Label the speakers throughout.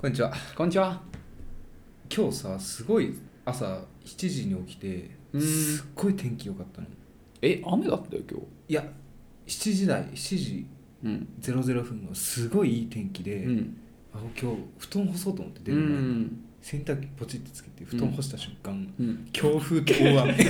Speaker 1: こんにちは
Speaker 2: こんにちは。
Speaker 1: 今日さすごい朝7時に起きて
Speaker 2: うん
Speaker 1: すっごい天気良かったの
Speaker 2: え、雨だったよ、今日。
Speaker 1: いや7時台7時
Speaker 2: うん。
Speaker 1: 00分のすごいいい天気で、
Speaker 2: うん。
Speaker 1: あ今日布団干そうと思って出る前に洗濯機ポチってつけて布団干した瞬間、
Speaker 2: うん。
Speaker 1: 強風と大雨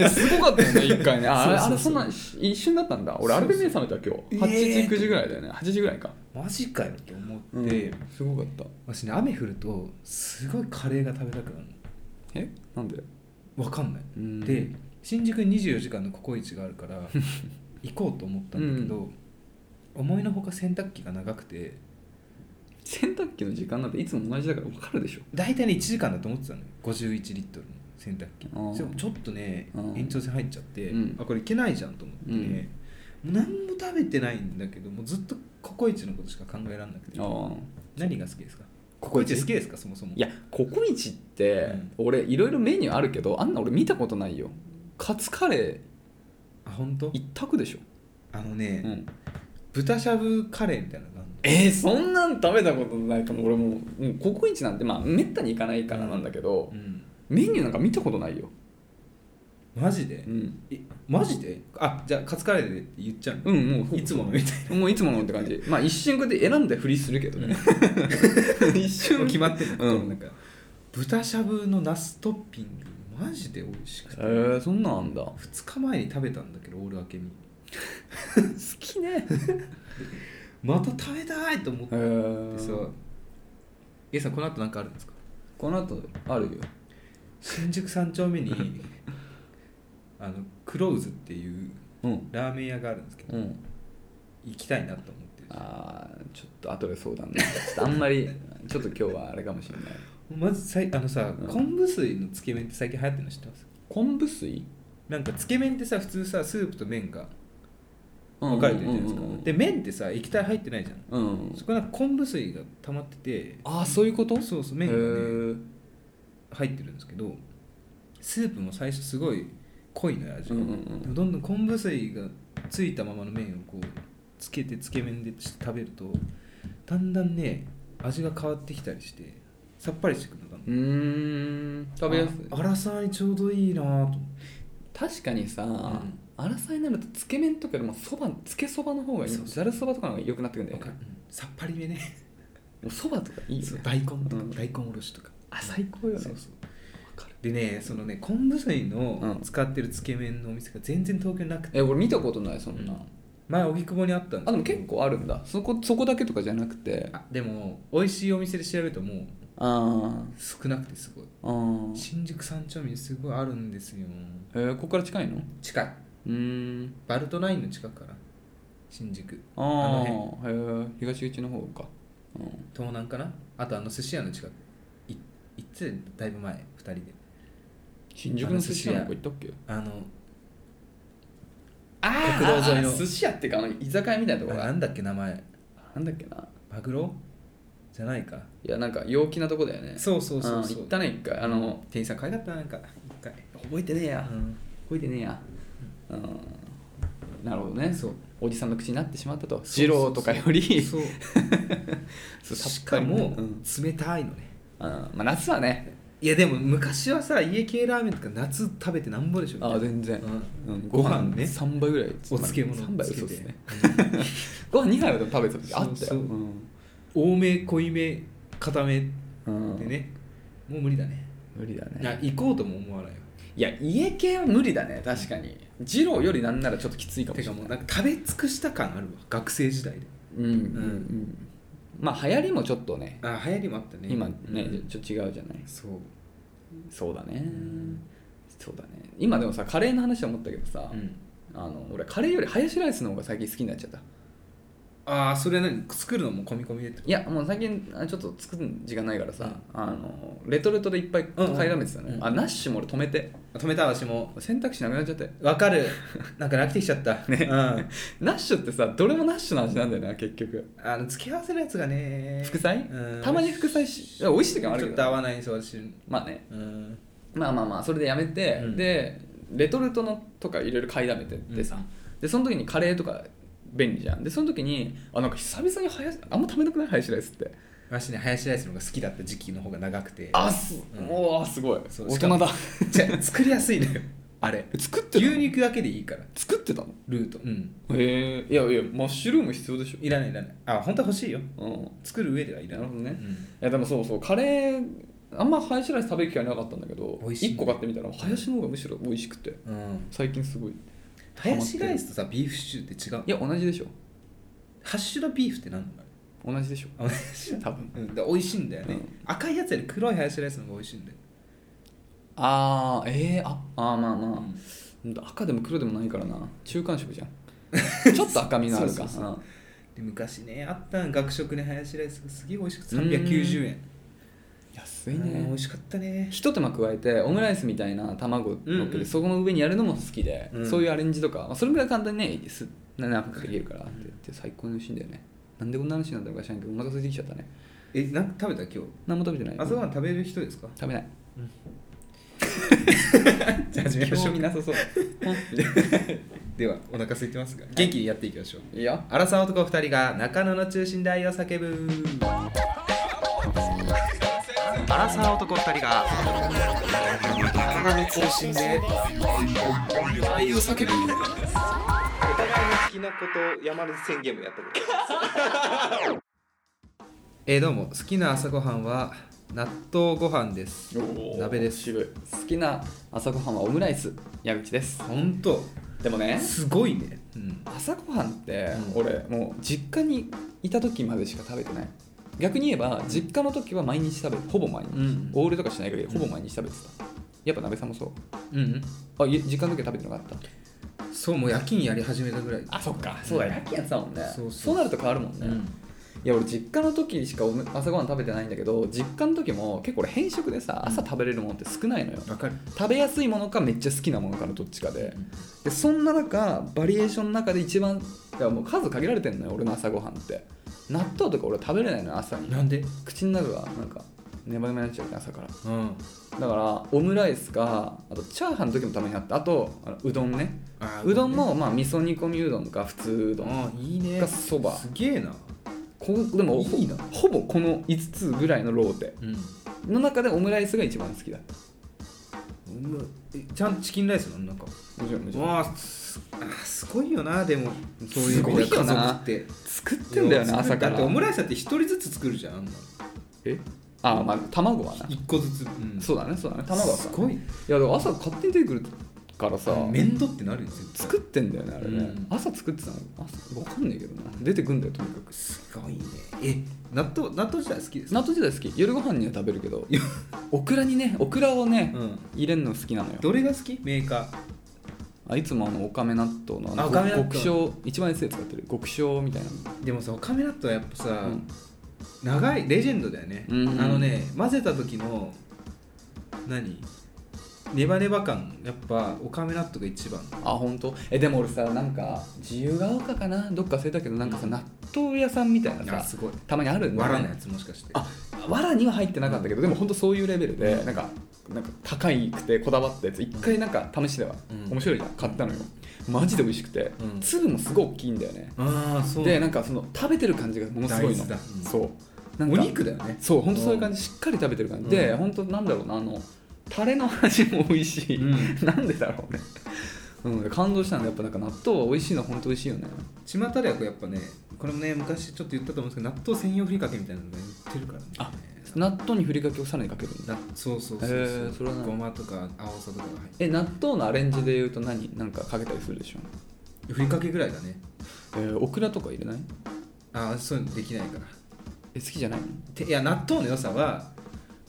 Speaker 2: いや、すごかったよ ね、一回ね。ああれ、あ
Speaker 1: そう
Speaker 2: れ、
Speaker 1: そ
Speaker 2: そう
Speaker 1: そうん
Speaker 2: な、一瞬だったんだ。
Speaker 1: そ
Speaker 2: 俺、あ
Speaker 1: うそう
Speaker 2: れで目覚めた、今日。8
Speaker 1: ええ
Speaker 2: 時、9時ぐらいだよね。8時ぐらいか。
Speaker 1: マジかよと思って、
Speaker 2: すごかった。
Speaker 1: 私ね雨降るとすごいカレーが食べたくなる
Speaker 2: えなんで
Speaker 1: のわかんない、
Speaker 2: うん
Speaker 1: で、新宿に24時間のココイチがあるから 行こうと思ったんだけど、思いのほか洗濯機が長くて
Speaker 2: 洗濯機の時間なんていつも同じだから分かるでしょ。
Speaker 1: 大体ね1時間だと思ってたのよ51リットルの洗濯機
Speaker 2: あー
Speaker 1: でもちょっとね
Speaker 2: うん
Speaker 1: 延長線入っちゃって、
Speaker 2: うん
Speaker 1: あこれいけないじゃんと思ってね、もう何も食べてないんだけどもうずっとココイチのことしか考えられなくて
Speaker 2: ああ。
Speaker 1: 何が好きですかココ
Speaker 2: ココ
Speaker 1: イ
Speaker 2: イ
Speaker 1: チ
Speaker 2: チ
Speaker 1: 好きですかそもそも
Speaker 2: いや、ココイチって
Speaker 1: うん、
Speaker 2: 俺、いろいろメニューあるけど、あんな俺見たことないよ。カツカレー
Speaker 1: あ本当
Speaker 2: 一択でしょ。
Speaker 1: あのね、
Speaker 2: うん。
Speaker 1: 豚しゃぶカレーみたいなのがあるの
Speaker 2: えー、そんなん食べたことないかも俺もううんココイチなんてまあめったに行かないからなんだけど、
Speaker 1: うん
Speaker 2: メニューなんか見たことないよ
Speaker 1: マジで、
Speaker 2: うん、
Speaker 1: えマジであじゃあカツカレーでって言っちゃうの、
Speaker 2: うん、もう
Speaker 1: いつものみたい
Speaker 2: もういつものって感じまあ一瞬こうやって選んでふりするけど ね
Speaker 1: な
Speaker 2: 一 瞬
Speaker 1: 決まってる
Speaker 2: うん
Speaker 1: このなんか豚しゃぶのナストッピングマジで美味しく
Speaker 2: え
Speaker 1: て、
Speaker 2: ー、そんなんあんだ好
Speaker 1: 2日前に食べたんだけどオール明けに
Speaker 2: きね
Speaker 1: また食べたいと思っ
Speaker 2: え
Speaker 1: て
Speaker 2: ー、
Speaker 1: さ A さんこの後なんかあるんですか
Speaker 2: この後あるよ
Speaker 1: 新宿三丁目に あのクローズっていう
Speaker 2: うん
Speaker 1: ラーメン屋があるんですけど
Speaker 2: うん
Speaker 1: 行きたいなと思ってる
Speaker 2: あーちょっと後で相談ねちょっとあんまり ちょっと今日はあれかもしれない
Speaker 1: まずさいあのさ、
Speaker 2: うん
Speaker 1: 昆布水のつけ麺って最近流行ってるの知ってます
Speaker 2: 昆布水
Speaker 1: なんかつけ麺ってさ普通さスープと麺が
Speaker 2: うん
Speaker 1: 分かれてるじゃないですか、
Speaker 2: うんうんうん
Speaker 1: で麺ってさ液体入ってないじゃん
Speaker 2: うんうん
Speaker 1: そこなんか昆布水が溜まってて
Speaker 2: ああそういうこと
Speaker 1: そうそう
Speaker 2: へ
Speaker 1: 麺がね
Speaker 2: ー
Speaker 1: 入ってるんですけどスープも最初すごい濃いのよ味が、
Speaker 2: うんうんうん
Speaker 1: でもどんどん昆布水がついたままの麺をこうつけてつけ麺で食べるとだんだんね味が変わってきたりしてさっぱりしてくるのだんだん
Speaker 2: うーん食べやすい
Speaker 1: あ粗さにちょうどいいなと思って
Speaker 2: 確かにさ、
Speaker 1: ん
Speaker 2: 粗さになるとつけ麺とかよりもそばつけそばの方がいい
Speaker 1: そうそう
Speaker 2: ざるそばとかの方が良くなってくるんだ
Speaker 1: わか
Speaker 2: よ
Speaker 1: る
Speaker 2: ね
Speaker 1: うんさっぱりめね
Speaker 2: もうそばとかいいよ
Speaker 1: そう
Speaker 2: ね
Speaker 1: 大根とか、
Speaker 2: うん
Speaker 1: 大根おろしとか
Speaker 2: あ最高よね
Speaker 1: そうそう
Speaker 2: わかる
Speaker 1: でねそのね昆布水
Speaker 2: う
Speaker 1: の
Speaker 2: ん
Speaker 1: 使ってるつけ麺のお店が全然東京になくて
Speaker 2: え俺見たことないそんな、
Speaker 1: うん前荻窪にあったんです
Speaker 2: あでも
Speaker 1: けど
Speaker 2: 結構あるんだそこそこだけとかじゃなくてあ
Speaker 1: あでも美味しいお店で調べるともう
Speaker 2: あ
Speaker 1: 少なくてすごい
Speaker 2: あー
Speaker 1: 新宿三丁目にすごいあるんですよ
Speaker 2: えー、ここから近いのう
Speaker 1: 近い
Speaker 2: ーん
Speaker 1: バルトナインの近くかな新宿
Speaker 2: あ
Speaker 1: あ
Speaker 2: あ
Speaker 1: の
Speaker 2: へえ東口の方かうん
Speaker 1: 東南かなあとあの寿司屋の近くい行ってだいぶ前2人で
Speaker 2: 新宿の寿司屋の子行ったっけ
Speaker 1: あの
Speaker 2: あ
Speaker 1: 国道
Speaker 2: ー
Speaker 1: 沿いの
Speaker 2: あー寿司屋っていうかあの居酒屋みたいなとこ
Speaker 1: あ
Speaker 2: が
Speaker 1: なんだっけ名前
Speaker 2: なんだっけな
Speaker 1: マグロじゃないか
Speaker 2: いやなんか陽気なとこだよね
Speaker 1: そうそうそうそう
Speaker 2: ん行ったね一回あの
Speaker 1: 店員さん可愛かったななんか一回
Speaker 2: 覚えてねえや、
Speaker 1: うん
Speaker 2: 覚えてねえやうんなるほどね
Speaker 1: そう
Speaker 2: おじさんの口になってしまったと
Speaker 1: そうそう
Speaker 2: 二郎とかより
Speaker 1: そう
Speaker 2: そう
Speaker 1: し
Speaker 2: さ
Speaker 1: か
Speaker 2: っぱりね
Speaker 1: も
Speaker 2: うん
Speaker 1: 冷たいのね
Speaker 2: あーまあ、夏はね
Speaker 1: いやでも昔はさ家系ラーメンとか夏食べてなんぼでしょみたい
Speaker 2: あ
Speaker 1: な
Speaker 2: ー全然、
Speaker 1: うん
Speaker 2: うん
Speaker 1: ご飯ね
Speaker 2: 3杯ぐらい
Speaker 1: お漬物
Speaker 2: 3杯
Speaker 1: つけて
Speaker 2: そうですね ご飯2杯はでも食べてた時あったよ
Speaker 1: そうそう
Speaker 2: うん
Speaker 1: 多め濃いめ固め
Speaker 2: うん
Speaker 1: でね、もう無理だね
Speaker 2: 無理だね
Speaker 1: いや行こうとも思わないよ
Speaker 2: いや家系は無理だね確かに二郎よりなんならちょっときついかも
Speaker 1: て
Speaker 2: しれ
Speaker 1: か
Speaker 2: ない
Speaker 1: もうなんか食べ尽くした感あるわ学生時代で
Speaker 2: うんうんうんまあ流行りもちょっとね
Speaker 1: あ流行りもあったね
Speaker 2: 今
Speaker 1: う
Speaker 2: ね
Speaker 1: ん
Speaker 2: ちょっと違うじゃない
Speaker 1: そう
Speaker 2: そうだね、
Speaker 1: ん
Speaker 2: そうだね今でもさカレーの話は思ったけどさ、
Speaker 1: うん
Speaker 2: あの俺カレーよりハヤシライスの方が最近好きになっちゃった
Speaker 1: ああそれは何作るのも込み込みでってこと
Speaker 2: いやもう最近あちょっと作る時間ないからさ、あのレトルトでいっぱい買いだめてたのよ、
Speaker 1: うんうん
Speaker 2: あナッシュも俺止めて
Speaker 1: 止めた私も
Speaker 2: 選択肢なくなっちゃって
Speaker 1: わか るなんか飽きてきちゃった、
Speaker 2: ね
Speaker 1: うん
Speaker 2: ナッシュってさどれもナッシュの味なんだよな結局
Speaker 1: あの付け合わせのやつがね
Speaker 2: 副菜
Speaker 1: うん
Speaker 2: たまに副菜しいや美味しい時もあ
Speaker 1: ち
Speaker 2: る
Speaker 1: ょっ
Speaker 2: け
Speaker 1: と合
Speaker 2: ど
Speaker 1: わないんですよ私
Speaker 2: まあね
Speaker 1: うん
Speaker 2: まあまあまあそれでやめて、
Speaker 1: うん
Speaker 2: でレトルトのとかいろいろ買いだめてってさ、
Speaker 1: うん
Speaker 2: でその時にカレーとか便利じゃんでその時にあなんか久々にハヤシあんま食べなくないハヤシライスって
Speaker 1: 私ねハヤシライスの方が好きだった時期の方が長くて
Speaker 2: あす、
Speaker 1: うん
Speaker 2: おーすごい
Speaker 1: そう
Speaker 2: 大人だ
Speaker 1: じゃあ作りやすいのよあれ
Speaker 2: 作ってた
Speaker 1: 牛
Speaker 2: の
Speaker 1: 肉だけでいいから
Speaker 2: 作ってたの
Speaker 1: ルートうん
Speaker 2: へえいやいやマッシュルーム必要でしょ
Speaker 1: いらないいらないあ本当は欲しいよ
Speaker 2: うん
Speaker 1: 作る上ではいらない
Speaker 2: なるほどね
Speaker 1: うん
Speaker 2: いやでもそうそうカレーあんまハヤシライス食べる機会なかったんだけど
Speaker 1: 美味しい
Speaker 2: 1個買ってみたらハヤシの方がむしろ美味しくて
Speaker 1: うん
Speaker 2: 最近すごいい
Speaker 1: ハヤシライスとさビーフシチューって違う
Speaker 2: や同じでしょ
Speaker 1: ハッシュドビーフって何なの
Speaker 2: 同じでしょ
Speaker 1: あれ
Speaker 2: 多分
Speaker 1: うん、で美味しいんだよね、
Speaker 2: うん
Speaker 1: 赤いやつより黒いハヤシライスの方が美味しいんだよ、
Speaker 2: あーえー、ああーまあまあ、
Speaker 1: うん
Speaker 2: 赤でも黒でもないからな中間 色じゃんちょっと赤みがあるか
Speaker 1: そうそうそ
Speaker 2: うん
Speaker 1: で昔ねあった学食ねハヤシライスがすげえ美味しくて390円
Speaker 2: 安い
Speaker 1: うん美
Speaker 2: ね
Speaker 1: 味しかったね
Speaker 2: ひと手間加えてオムライスみたいな卵乗っけて、
Speaker 1: うんうん
Speaker 2: そこの上にやるのも好きで、
Speaker 1: うん
Speaker 2: そういうアレンジとか、まあ、それぐらい簡単にねす長くできるからって言って最高に美味しいんだよねなんでこんな話になったのか知らんけどお腹空いてきちゃったね
Speaker 1: えなんか食べた今日
Speaker 2: 何も食べてない
Speaker 1: 朝ごはん食べる人ですか
Speaker 2: 食べない
Speaker 1: じゃあ始めましょ
Speaker 2: 興
Speaker 1: う
Speaker 2: 味なさそう
Speaker 1: ではお腹空いてますが元気にやっていきましょう
Speaker 2: いいよ
Speaker 1: アラサー男2人が中野の中心で愛を叫ぶアラサー男2人が中野の中心で愛を叫ぶお互いの好きなことを山根宣言もやってるえーどうも好きな朝ごはんは納豆ご飯です鍋です
Speaker 2: 渋い好きな朝ごはんはオムライス矢口です
Speaker 1: 本当
Speaker 2: でもね
Speaker 1: すごいね、うん、
Speaker 2: 朝ごはんって
Speaker 1: うん
Speaker 2: 俺もう実家にいた時までしか食べてない逆に言えば実家の時は毎日食べてほぼ毎日、
Speaker 1: うん
Speaker 2: オールとかしない限りほぼ毎日食べてた、やっぱ鍋さんもそう
Speaker 1: うん
Speaker 2: あい実家の時は食べてなかった
Speaker 1: そうもう夜勤やり始めたぐらい
Speaker 2: あそっかそうだ夜勤やってたもんね
Speaker 1: そうそう
Speaker 2: なると変わるもんね、いや俺実家の時しかおむ朝ごはん食べてないんだけど実家の時も結構俺偏食でさ朝食べれるものって少ないのよ、
Speaker 1: わかる
Speaker 2: 食べやすいものかめっちゃ好きなものかのどっちかででそんな中バリエーションの中で一番だからもう数限られてんのよ俺の朝ごはんって納豆とか俺食べれないのよ朝に
Speaker 1: なんで
Speaker 2: 口の中がなんかネバネバになっちゃうね朝から
Speaker 1: うん
Speaker 2: だからオムライスかあとチャーハンの時もたまにあったあとあのうどんね
Speaker 1: あー
Speaker 2: うどんもまあ味噌煮込みうどんか普通うどん
Speaker 1: あーいいね
Speaker 2: かそば
Speaker 1: すげえな
Speaker 2: こうでもほ
Speaker 1: いいな
Speaker 2: ほぼこの5つぐらいのローテ
Speaker 1: うん
Speaker 2: の中でオムライスが一番好きだ
Speaker 1: えちゃんとチキンライスなのなんか
Speaker 2: もちろんもちろん
Speaker 1: わあすあーすごいよなでもそういう
Speaker 2: すごいよな
Speaker 1: 家族って
Speaker 2: 作ってんだよね
Speaker 1: いや
Speaker 2: 朝から
Speaker 1: だってオムライスだって一人ずつ作るじゃんあんな
Speaker 2: えあまあ卵はな
Speaker 1: 一個ずつ、うん
Speaker 2: そうだねそうだね卵は
Speaker 1: す
Speaker 2: さ
Speaker 1: ごい
Speaker 2: いやでも朝勝手に出てくるからさ
Speaker 1: 面倒ってなるよ絶対
Speaker 2: 作ってんだよねあれね、
Speaker 1: うん
Speaker 2: 朝作ってたの朝わかんないけどな出てくんだよとにかく
Speaker 1: すごいねえ納豆納豆自体好きですか
Speaker 2: 納豆時代好き夜ご飯には食べるけどオクラにねオクラをね、
Speaker 1: うん
Speaker 2: 入れるの好きなのよ
Speaker 1: どれが好きメーカー
Speaker 2: あいつもあのおかめ納豆のあ
Speaker 1: あ
Speaker 2: の
Speaker 1: おかめ納豆
Speaker 2: 極小一番安いやつ使ってる極小みたいな
Speaker 1: でもさカメラットはやっぱさ、
Speaker 2: の、うん
Speaker 1: 長いレジェンドだよね、
Speaker 2: うんうん
Speaker 1: あのね混ぜた時の何ネバネバ感やっぱおかめ納豆が一番
Speaker 2: あ本当えでも俺さなんか自由が丘かなどっか忘れたけどなんかさ納豆屋さんみたいな
Speaker 1: あ
Speaker 2: さ
Speaker 1: すごい
Speaker 2: たまにあるんだ
Speaker 1: わ
Speaker 2: よね
Speaker 1: らのやつもしかして
Speaker 2: あわらには入ってなかったけどでも本当そういうレベルでなんかなんか高いくてこだわったやつ一回なんか試しては、
Speaker 1: うん
Speaker 2: 面白いじゃん買ったのよマジで美味しくて、
Speaker 1: うん
Speaker 2: 粒もすごい大きいんだよね、
Speaker 1: ああそう
Speaker 2: でなんかその食べてる感じがものすごい
Speaker 1: 大
Speaker 2: の、
Speaker 1: 豆だうん
Speaker 2: そうなん
Speaker 1: お
Speaker 2: か
Speaker 1: 肉だよね
Speaker 2: そう本当そういう感じしっかり食べてる感じで、
Speaker 1: うん
Speaker 2: 本当なんだろうなあのタレの味も美味しい、
Speaker 1: う
Speaker 2: なんでだろうねうん、感動したんだやっぱなんか納豆は美味しいの本当美味しいよね
Speaker 1: 巷ではこうやっぱねこれもね昔ちょっと言ったと思うんですけど納豆専用ふりかけみたいなのが売ってるからね
Speaker 2: あ納豆にふりかけをさらにかけるんだ
Speaker 1: なそうそうそうそう、
Speaker 2: へーそれは何
Speaker 1: ごまとか青さとかが入っ
Speaker 2: え納豆のアレンジで言うと何なんかかけたりするでしょ、
Speaker 1: てふりかけぐらいだね
Speaker 2: えーオクラとか入れない
Speaker 1: ああそういうのできないから
Speaker 2: え好きじゃないの
Speaker 1: ていや納豆の良さは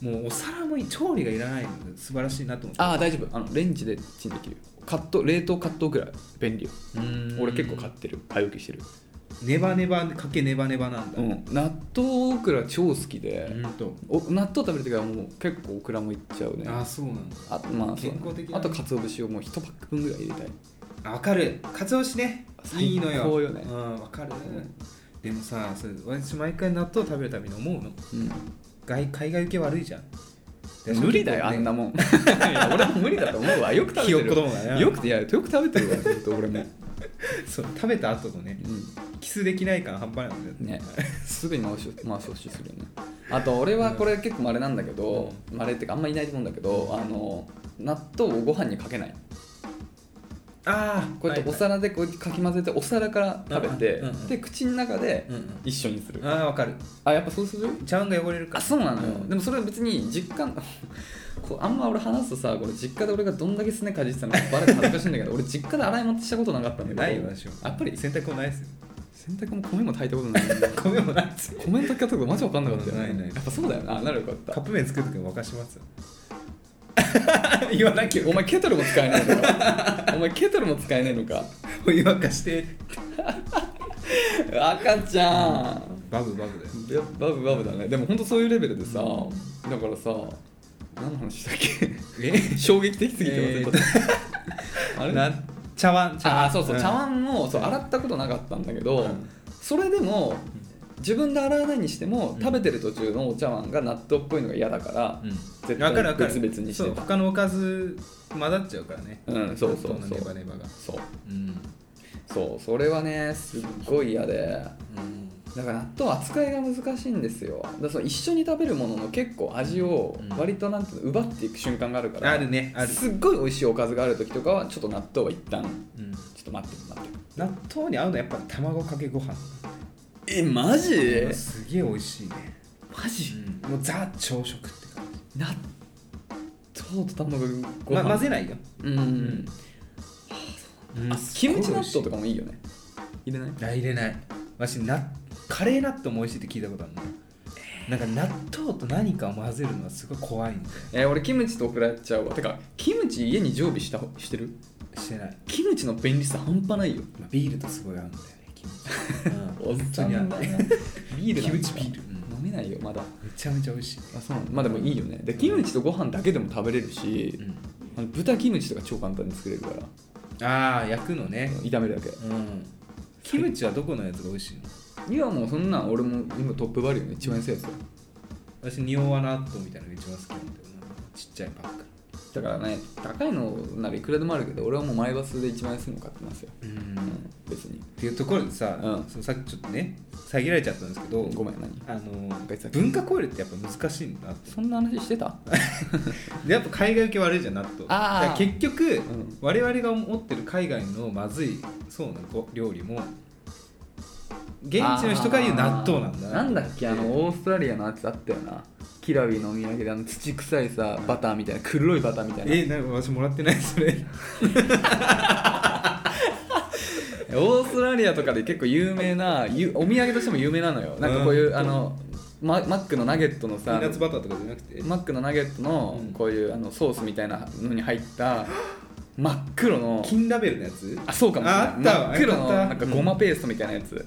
Speaker 1: もうお皿もいい調理がいらないので素晴らしいなと思って
Speaker 2: ああ大丈夫あのレンジでチンできるよカット冷凍カットオクラ便利よ俺結構買ってる買い置きしてる
Speaker 1: ネバネバかけネバネバなんだ
Speaker 2: うん納豆オクラ超好きで、
Speaker 1: うんと
Speaker 2: お納豆食べる時はもう結構オクラもいっちゃうね
Speaker 1: ああそうなんだ
Speaker 2: あとまあそう
Speaker 1: 健康的だね
Speaker 2: あと鰹節をもう1パック分ぐらい入れたい
Speaker 1: あわかるかつお節ね
Speaker 2: 最
Speaker 1: いいのよ
Speaker 2: 高よね
Speaker 1: うんわかる、
Speaker 2: ん
Speaker 1: でもさそれ私毎回納豆食べるたびに思うの
Speaker 2: うん
Speaker 1: 外海外受け悪いじゃん
Speaker 2: 無理だよあんなもん いや俺も無理だと思うわよく食べ
Speaker 1: ひ
Speaker 2: て
Speaker 1: よ
Speaker 2: る
Speaker 1: っこどもだね
Speaker 2: よくていやよく食べてるわずっと俺も、
Speaker 1: そう食べた後のね
Speaker 2: う
Speaker 1: キスできない感半端ないもん
Speaker 2: ん、ね
Speaker 1: ね
Speaker 2: すぐに回し回し押しするよねあと俺はこれ結構まれなんだけどまれっていうかあんまいないと思うんだけどあの納豆をご飯にかけない
Speaker 1: ああ
Speaker 2: こうやってお皿でこうやってかき混ぜてお皿から食べて、
Speaker 1: うんうんうん
Speaker 2: で口の中で
Speaker 1: うんうん
Speaker 2: 一緒にする、
Speaker 1: ああわかる
Speaker 2: あやっぱそうする
Speaker 1: 茶碗が汚れるか
Speaker 2: あ
Speaker 1: ら
Speaker 2: そうなのよ、
Speaker 1: うん
Speaker 2: でもそれは別に実家 こうあんま俺話すとさこれ実家で俺がどんだけすねかじってたのかバレて恥ずかしいんだ けど俺実家で洗い物したことなかったんだけど
Speaker 1: ないよ私は
Speaker 2: やっぱり
Speaker 1: 洗濯もないですよ
Speaker 2: 洗濯も米も炊いたことない
Speaker 1: 米もないですよ
Speaker 2: 米の炊き方とかマジ分かんなかったよ、
Speaker 1: ないない
Speaker 2: やっぱそうだよなあなるよかっ
Speaker 1: カッ
Speaker 2: た
Speaker 1: プ麺作る時も沸かしますよ 言わなきゃ
Speaker 2: お前ケトルも使えないのか お前ケトルも使えないのか
Speaker 1: お湯沸かして
Speaker 2: 赤ちゃん
Speaker 1: バブバブだよ
Speaker 2: いやバブバブだねでも本当そういうレベルでさ、だからさ何の話だっけ
Speaker 1: え
Speaker 2: 衝撃的すぎて忘れちゃった、 あれ
Speaker 1: な茶碗茶碗
Speaker 2: あーそうそう、
Speaker 1: ん
Speaker 2: 茶碗もそう洗ったことなかったんだけど、
Speaker 1: うん
Speaker 2: それでも自分で洗わないにしても、
Speaker 1: うん
Speaker 2: 食べてる途中のお茶碗が納豆っぽいのが嫌だから、
Speaker 1: うん
Speaker 2: 絶
Speaker 1: わかるわ
Speaker 2: 対
Speaker 1: かる
Speaker 2: 別々にし
Speaker 1: そ
Speaker 2: て
Speaker 1: う
Speaker 2: た
Speaker 1: 他のおかず混ざっちゃうからね
Speaker 2: うんそうそうそう
Speaker 1: 納豆のネバネバが
Speaker 2: そう
Speaker 1: うん
Speaker 2: そうそれはねすっごい嫌で
Speaker 1: うん
Speaker 2: だから納豆は扱いが難しいんですよだからその一緒に食べるものの結構味を
Speaker 1: うん
Speaker 2: 割となんていうの奪っていく瞬間があるから、
Speaker 1: あるねある
Speaker 2: すっごい美味しいおかずがある時とかはちょっと納豆は一旦
Speaker 1: うん
Speaker 2: ちょっと待って待って
Speaker 1: 納豆に合うのはやっぱ卵かけご飯
Speaker 2: えマジ
Speaker 1: すげえ美味しいね
Speaker 2: マジ、
Speaker 1: もうザ朝食って感
Speaker 2: 納豆と卵
Speaker 1: じ
Speaker 2: ご
Speaker 1: ま
Speaker 2: 飯、
Speaker 1: 混ぜないよ
Speaker 2: うん、うん、あキムチ納豆とかもいいよね入れない
Speaker 1: あ入れないわしなカレー納豆も美味しいって聞いたことあるのなんか納豆と何かを混ぜるのはすごい怖いんで
Speaker 2: えー俺キムチとオクラやっちゃうわてかキムチ家に常備したしてる
Speaker 1: してない、
Speaker 2: キムチの便利さ半端ないよ
Speaker 1: まあビールとすごい合うんだよね キムチ、うん、
Speaker 2: 本
Speaker 1: 本当
Speaker 2: 当に
Speaker 1: に
Speaker 2: あ
Speaker 1: 合
Speaker 2: ん
Speaker 1: う
Speaker 2: だ ビールなんだ
Speaker 1: キムチビール
Speaker 2: 飲めないよまだ
Speaker 1: めちゃめちゃ美味しい、
Speaker 2: あそうなんだまあでもいいよねでキムチとご飯だけでも食べれるし、あの豚キムチとか超簡単に作れるから
Speaker 1: ああ焼くのね
Speaker 2: 炒めるだけ
Speaker 1: うんキムチはどこのやつが美味しいの
Speaker 2: いやもうそんなん俺も今トップバリューの一番安いやつよ
Speaker 1: 私ニオワ納豆みたいなのが一番好きなんだよなちっちゃいパック
Speaker 2: だからね高いのならいくらでもあるけど俺はもうマイバスで一番安いの買ってますよ、
Speaker 1: う
Speaker 2: うんん、別に
Speaker 1: っていうところでさ、
Speaker 2: うん
Speaker 1: そのさっきちょっとね遮られちゃったんですけど、
Speaker 2: ごめん何
Speaker 1: あの
Speaker 2: 先
Speaker 1: 文化交流ってやっぱ難しいんだなって
Speaker 2: そんな話してた
Speaker 1: でやっぱ海外受け悪いじゃん納豆だ
Speaker 2: あー
Speaker 1: から結局、
Speaker 2: ん
Speaker 1: 我々が持ってる海外のまずいそうなご料理も現地の人から言う納豆なんだ
Speaker 2: あーなんだっけあのオーストラリアのやつあったよなキラビのお土産であの土臭いさバターみたいな黒いバターみたいな
Speaker 1: えなんか私もらってないそれ
Speaker 2: オーストラリアとかで結構有名なゆお土産としても有名なのよなんかこういう、
Speaker 1: うん
Speaker 2: あのママックのナゲットの
Speaker 1: ピ
Speaker 2: さ
Speaker 1: ーナッツバターとかじゃなくて
Speaker 2: マックのナゲットの
Speaker 1: うん
Speaker 2: こういうあのソースみたいなのに入った真っ黒の
Speaker 1: 金ラベルのやつ
Speaker 2: あそうかもしれない
Speaker 1: ああったわ
Speaker 2: 真っ黒の
Speaker 1: あった
Speaker 2: なんかごまペーストみたいなやつ、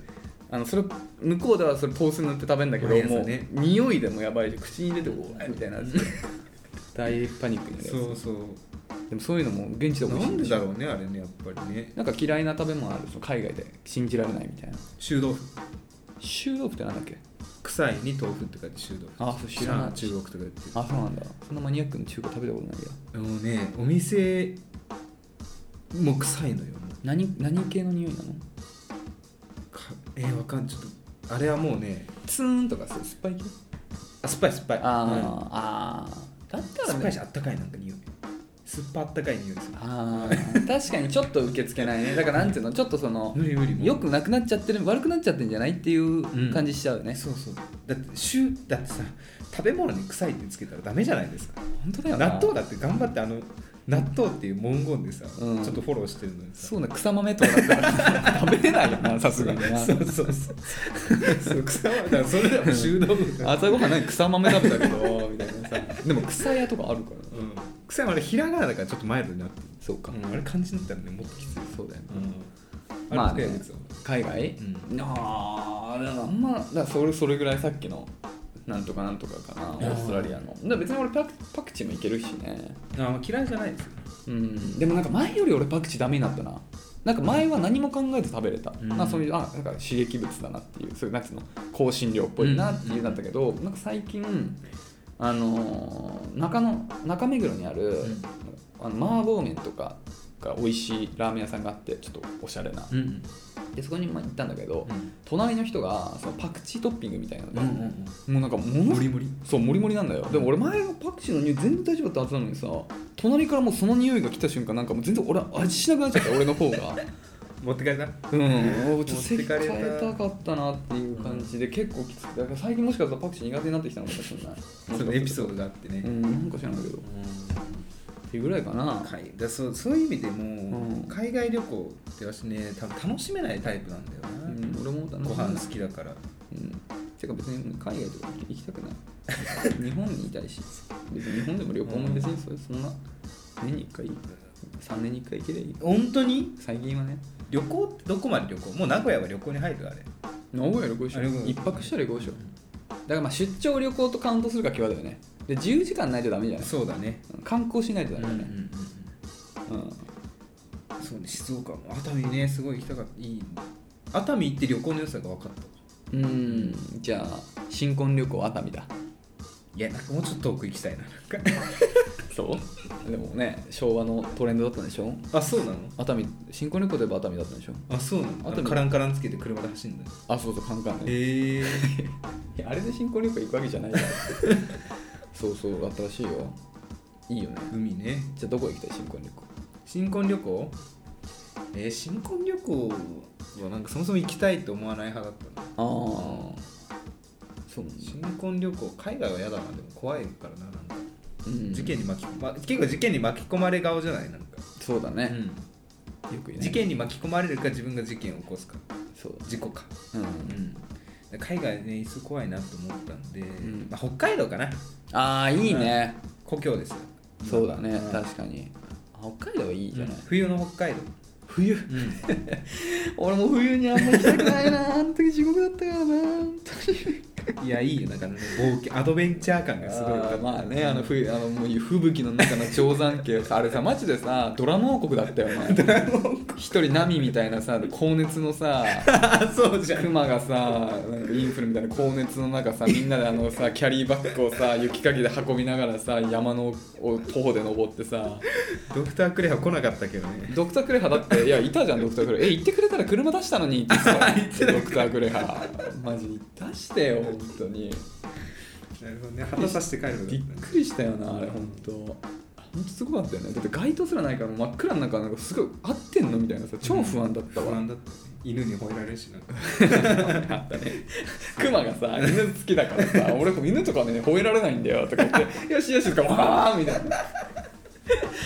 Speaker 2: あのそれ向こうではそれトーストに塗って食べるんだけど、
Speaker 1: 毎朝
Speaker 2: もう
Speaker 1: ね
Speaker 2: 匂いでもやばいし口に入れておいみたいなやつで 大パニックになる
Speaker 1: そ
Speaker 2: や
Speaker 1: うそう
Speaker 2: つでもそういうのも現地で美味
Speaker 1: な
Speaker 2: しい
Speaker 1: ん
Speaker 2: で
Speaker 1: で
Speaker 2: しょ
Speaker 1: だろうねあれねやっぱりね
Speaker 2: なんか嫌いな食べ物あるその海外で信じられないみたいな
Speaker 1: 臭豆腐
Speaker 2: 臭豆腐ってなんだっけ
Speaker 1: 臭いに豆腐って書いて臭豆腐
Speaker 2: あそう知らない
Speaker 1: 中国とかで売ってる
Speaker 2: あそうなんだそんなマニアックの中華食べたことないや
Speaker 1: あのねお店もう臭いのよもう
Speaker 2: 何何系の匂いなの
Speaker 1: かえー、わかんちょっとあれはもうね
Speaker 2: ツーンとかそう酸っぱい系
Speaker 1: あ酸っぱい酸っぱい
Speaker 2: あー、
Speaker 1: うん
Speaker 2: あーだったら
Speaker 1: 酸っ
Speaker 2: ね
Speaker 1: ぱいしあったかいなんか匂い酸っぱあったかい匂いする
Speaker 2: あー確かにちょっと受け付けないねだからなんていうのちょっとその
Speaker 1: 無理無理もう
Speaker 2: よくなくなっちゃってる悪くなっちゃってんじゃないっていう感じしちゃうね、
Speaker 1: そうそうだってシュだってさ食べ物に臭いってつけたらダメじゃないですか
Speaker 2: 本当だよな
Speaker 1: 納豆だって頑張ってあの納豆っていう文言でさ、
Speaker 2: うん
Speaker 1: ちょっとフォローしてるのにさ
Speaker 2: そうね草豆とかだったら食べれないよ なさすがにな
Speaker 1: そうそうそうそう草はだからそれでも臭豆腐だ
Speaker 2: 朝ごはん何草豆食べたけどみたいなさでも草屋とかあるから
Speaker 1: うん臭いはあれひらがなだからちょっとマイルドになってる
Speaker 2: そうか、
Speaker 1: うん、あれ漢字だったらねもっときつい、
Speaker 2: そうだよね、
Speaker 1: うん、
Speaker 2: まあ
Speaker 1: あれ
Speaker 2: ね
Speaker 1: 深いですよ
Speaker 2: 海
Speaker 1: う
Speaker 2: 外、ああでもあんまだからそれそれぐらいさっきのなんとかなんとかかなオーストラリアのだから別に俺パクパクチーもいけるしね
Speaker 1: あ嫌いじゃないですよ、
Speaker 2: うん、でもなんか前より俺パクチーダメになったななんか前は何も考えず食べれた、
Speaker 1: うん
Speaker 2: なんかそういうあなんか刺激物だなっていうそういうなんつうの香辛料っぽいなっていう
Speaker 1: うん
Speaker 2: だったけど、なんか最近あのー中野中目黒にある、
Speaker 1: ん
Speaker 2: あの麻婆麺とかから美味しいラーメン屋さんがあってちょっとおしゃれな
Speaker 1: うんうん
Speaker 2: でそこにまあ行ったんだけど、
Speaker 1: うん
Speaker 2: 隣の人がそのパクチートッピングみたいなのが、
Speaker 1: うん
Speaker 2: も
Speaker 1: うん
Speaker 2: うなんかもの
Speaker 1: モリモリ
Speaker 2: そうモリモリなんだよでも俺前のパクチーの匂い全然大丈夫だったはずなのにさ隣からもうその匂いが来た瞬間なんかもう全然俺味しなくなっちゃった俺の方が
Speaker 1: 持って帰った
Speaker 2: うんちょっと
Speaker 1: 持って
Speaker 2: せっ
Speaker 1: か
Speaker 2: か
Speaker 1: れ
Speaker 2: え
Speaker 1: た
Speaker 2: たかったなっていう感じで結構きつくてだから最近もしかしたらパクチー苦手になってきたのかもしれない
Speaker 1: そのエピソー
Speaker 2: ド
Speaker 1: ドがあってね、
Speaker 2: うんなんか知らないけどっていうぐらいかな
Speaker 1: 海だそうそういう意味でも、
Speaker 2: うん
Speaker 1: 海外旅行って私ね多分楽しめないタイプなんだよ
Speaker 2: う
Speaker 1: な、
Speaker 2: ん俺も楽し
Speaker 1: ご
Speaker 2: みだ
Speaker 1: 飯好きだから
Speaker 2: うんてか別に海外とか行きたくない日本にいた いし別に日本でも旅行も別にそれそんな年に1回3年に1回行けりゃいい
Speaker 1: 本当に
Speaker 2: 最近はね
Speaker 1: 旅行ってどこまで旅行もう名古屋は旅行に入るあれ
Speaker 2: 名古屋旅行でしょ
Speaker 1: あ旅行
Speaker 2: 一泊したら旅行でしょだからまあ出張旅行とカウントするか際だよねで自由時間ないとダメじゃない
Speaker 1: そうだね
Speaker 2: うん観光しないとダメだ
Speaker 1: うんう
Speaker 2: ね、
Speaker 1: ん
Speaker 2: うん
Speaker 1: うんそうね静岡も熱海ねすごい行きたかったいい熱海行って旅行の良さが分かった
Speaker 2: うんじゃあ新婚旅行熱海だ
Speaker 1: いやなんかもうちょっと遠く行きたいななんか
Speaker 2: そうでもね昭和のトレンドだったんでしょ
Speaker 1: あそうなの
Speaker 2: 熱海新婚旅行といえば熱海だったんでしょ
Speaker 1: あそうなのあ
Speaker 2: 熱
Speaker 1: と
Speaker 2: 海
Speaker 1: カランカランつけて車で走るんだ
Speaker 2: あそうそうカンカンね
Speaker 1: へえ
Speaker 2: いやあれで新婚旅行行くわけじゃ ないからそうそうだったらしいよいいよね
Speaker 1: 海ね
Speaker 2: じゃあどこ行きたい新婚旅行
Speaker 1: 新婚旅行えー、新婚旅行はなんかそもそも行きたいと思わない派だったな
Speaker 2: ああそうなんだ
Speaker 1: 新婚旅行海外は嫌だなでも怖いからななんか
Speaker 2: うん
Speaker 1: 事件に巻き、ま、結構事件に巻き込まれ顔じゃないなんか、
Speaker 2: そうだね、よく言うね
Speaker 1: 事件に巻き込まれるか自分が事件を起こすか
Speaker 2: そうだ
Speaker 1: 事故か、
Speaker 2: うん
Speaker 1: うん、海外ねいつ怖いなと思ったんで、
Speaker 2: ん
Speaker 1: まあ、北海道かな
Speaker 2: ああいいね、
Speaker 1: 故郷です
Speaker 2: そうだね、
Speaker 1: うん
Speaker 2: 確かにあ北海道はいいじゃない、
Speaker 1: うん冬の北海道、
Speaker 2: 冬俺も冬にあんまり行きたくないなあの時地獄だったからな本当に
Speaker 1: いやいいよなんかね冒険アドベンチャー感がすごい
Speaker 2: あーまあねあの冬あのもう吹雪の中の定山渓 あれさマジでさドラマ王国だったよね一人ナミみたいなさ高熱のさ
Speaker 1: あ そうじゃん
Speaker 2: クマがさなんかインフルみたいな高熱の中さみんなであのさキャリーバッグをさ雪かきで運びながらさ山のを徒歩で登ってさ
Speaker 1: ドクタークレハ来なかったけどね
Speaker 2: ドクタークレハだっていやいたじゃんドクタークレハえ行ってくれたら車出したのにって言 ってたドクタークレハマジ出してよ本当に。
Speaker 1: なるほどね旗さして帰る
Speaker 2: びっくりしたよなあれ本当本当すごかったよねだって街灯すらないから真っ暗の中なんかすごい合ってんのみたいなさ超不安だったわ、
Speaker 1: だった犬に吠えられるしな
Speaker 2: あったねクマがさ犬好きだから さ俺犬とかね吠えられないんだよとか言って「よしよし」とか「わー」みたいな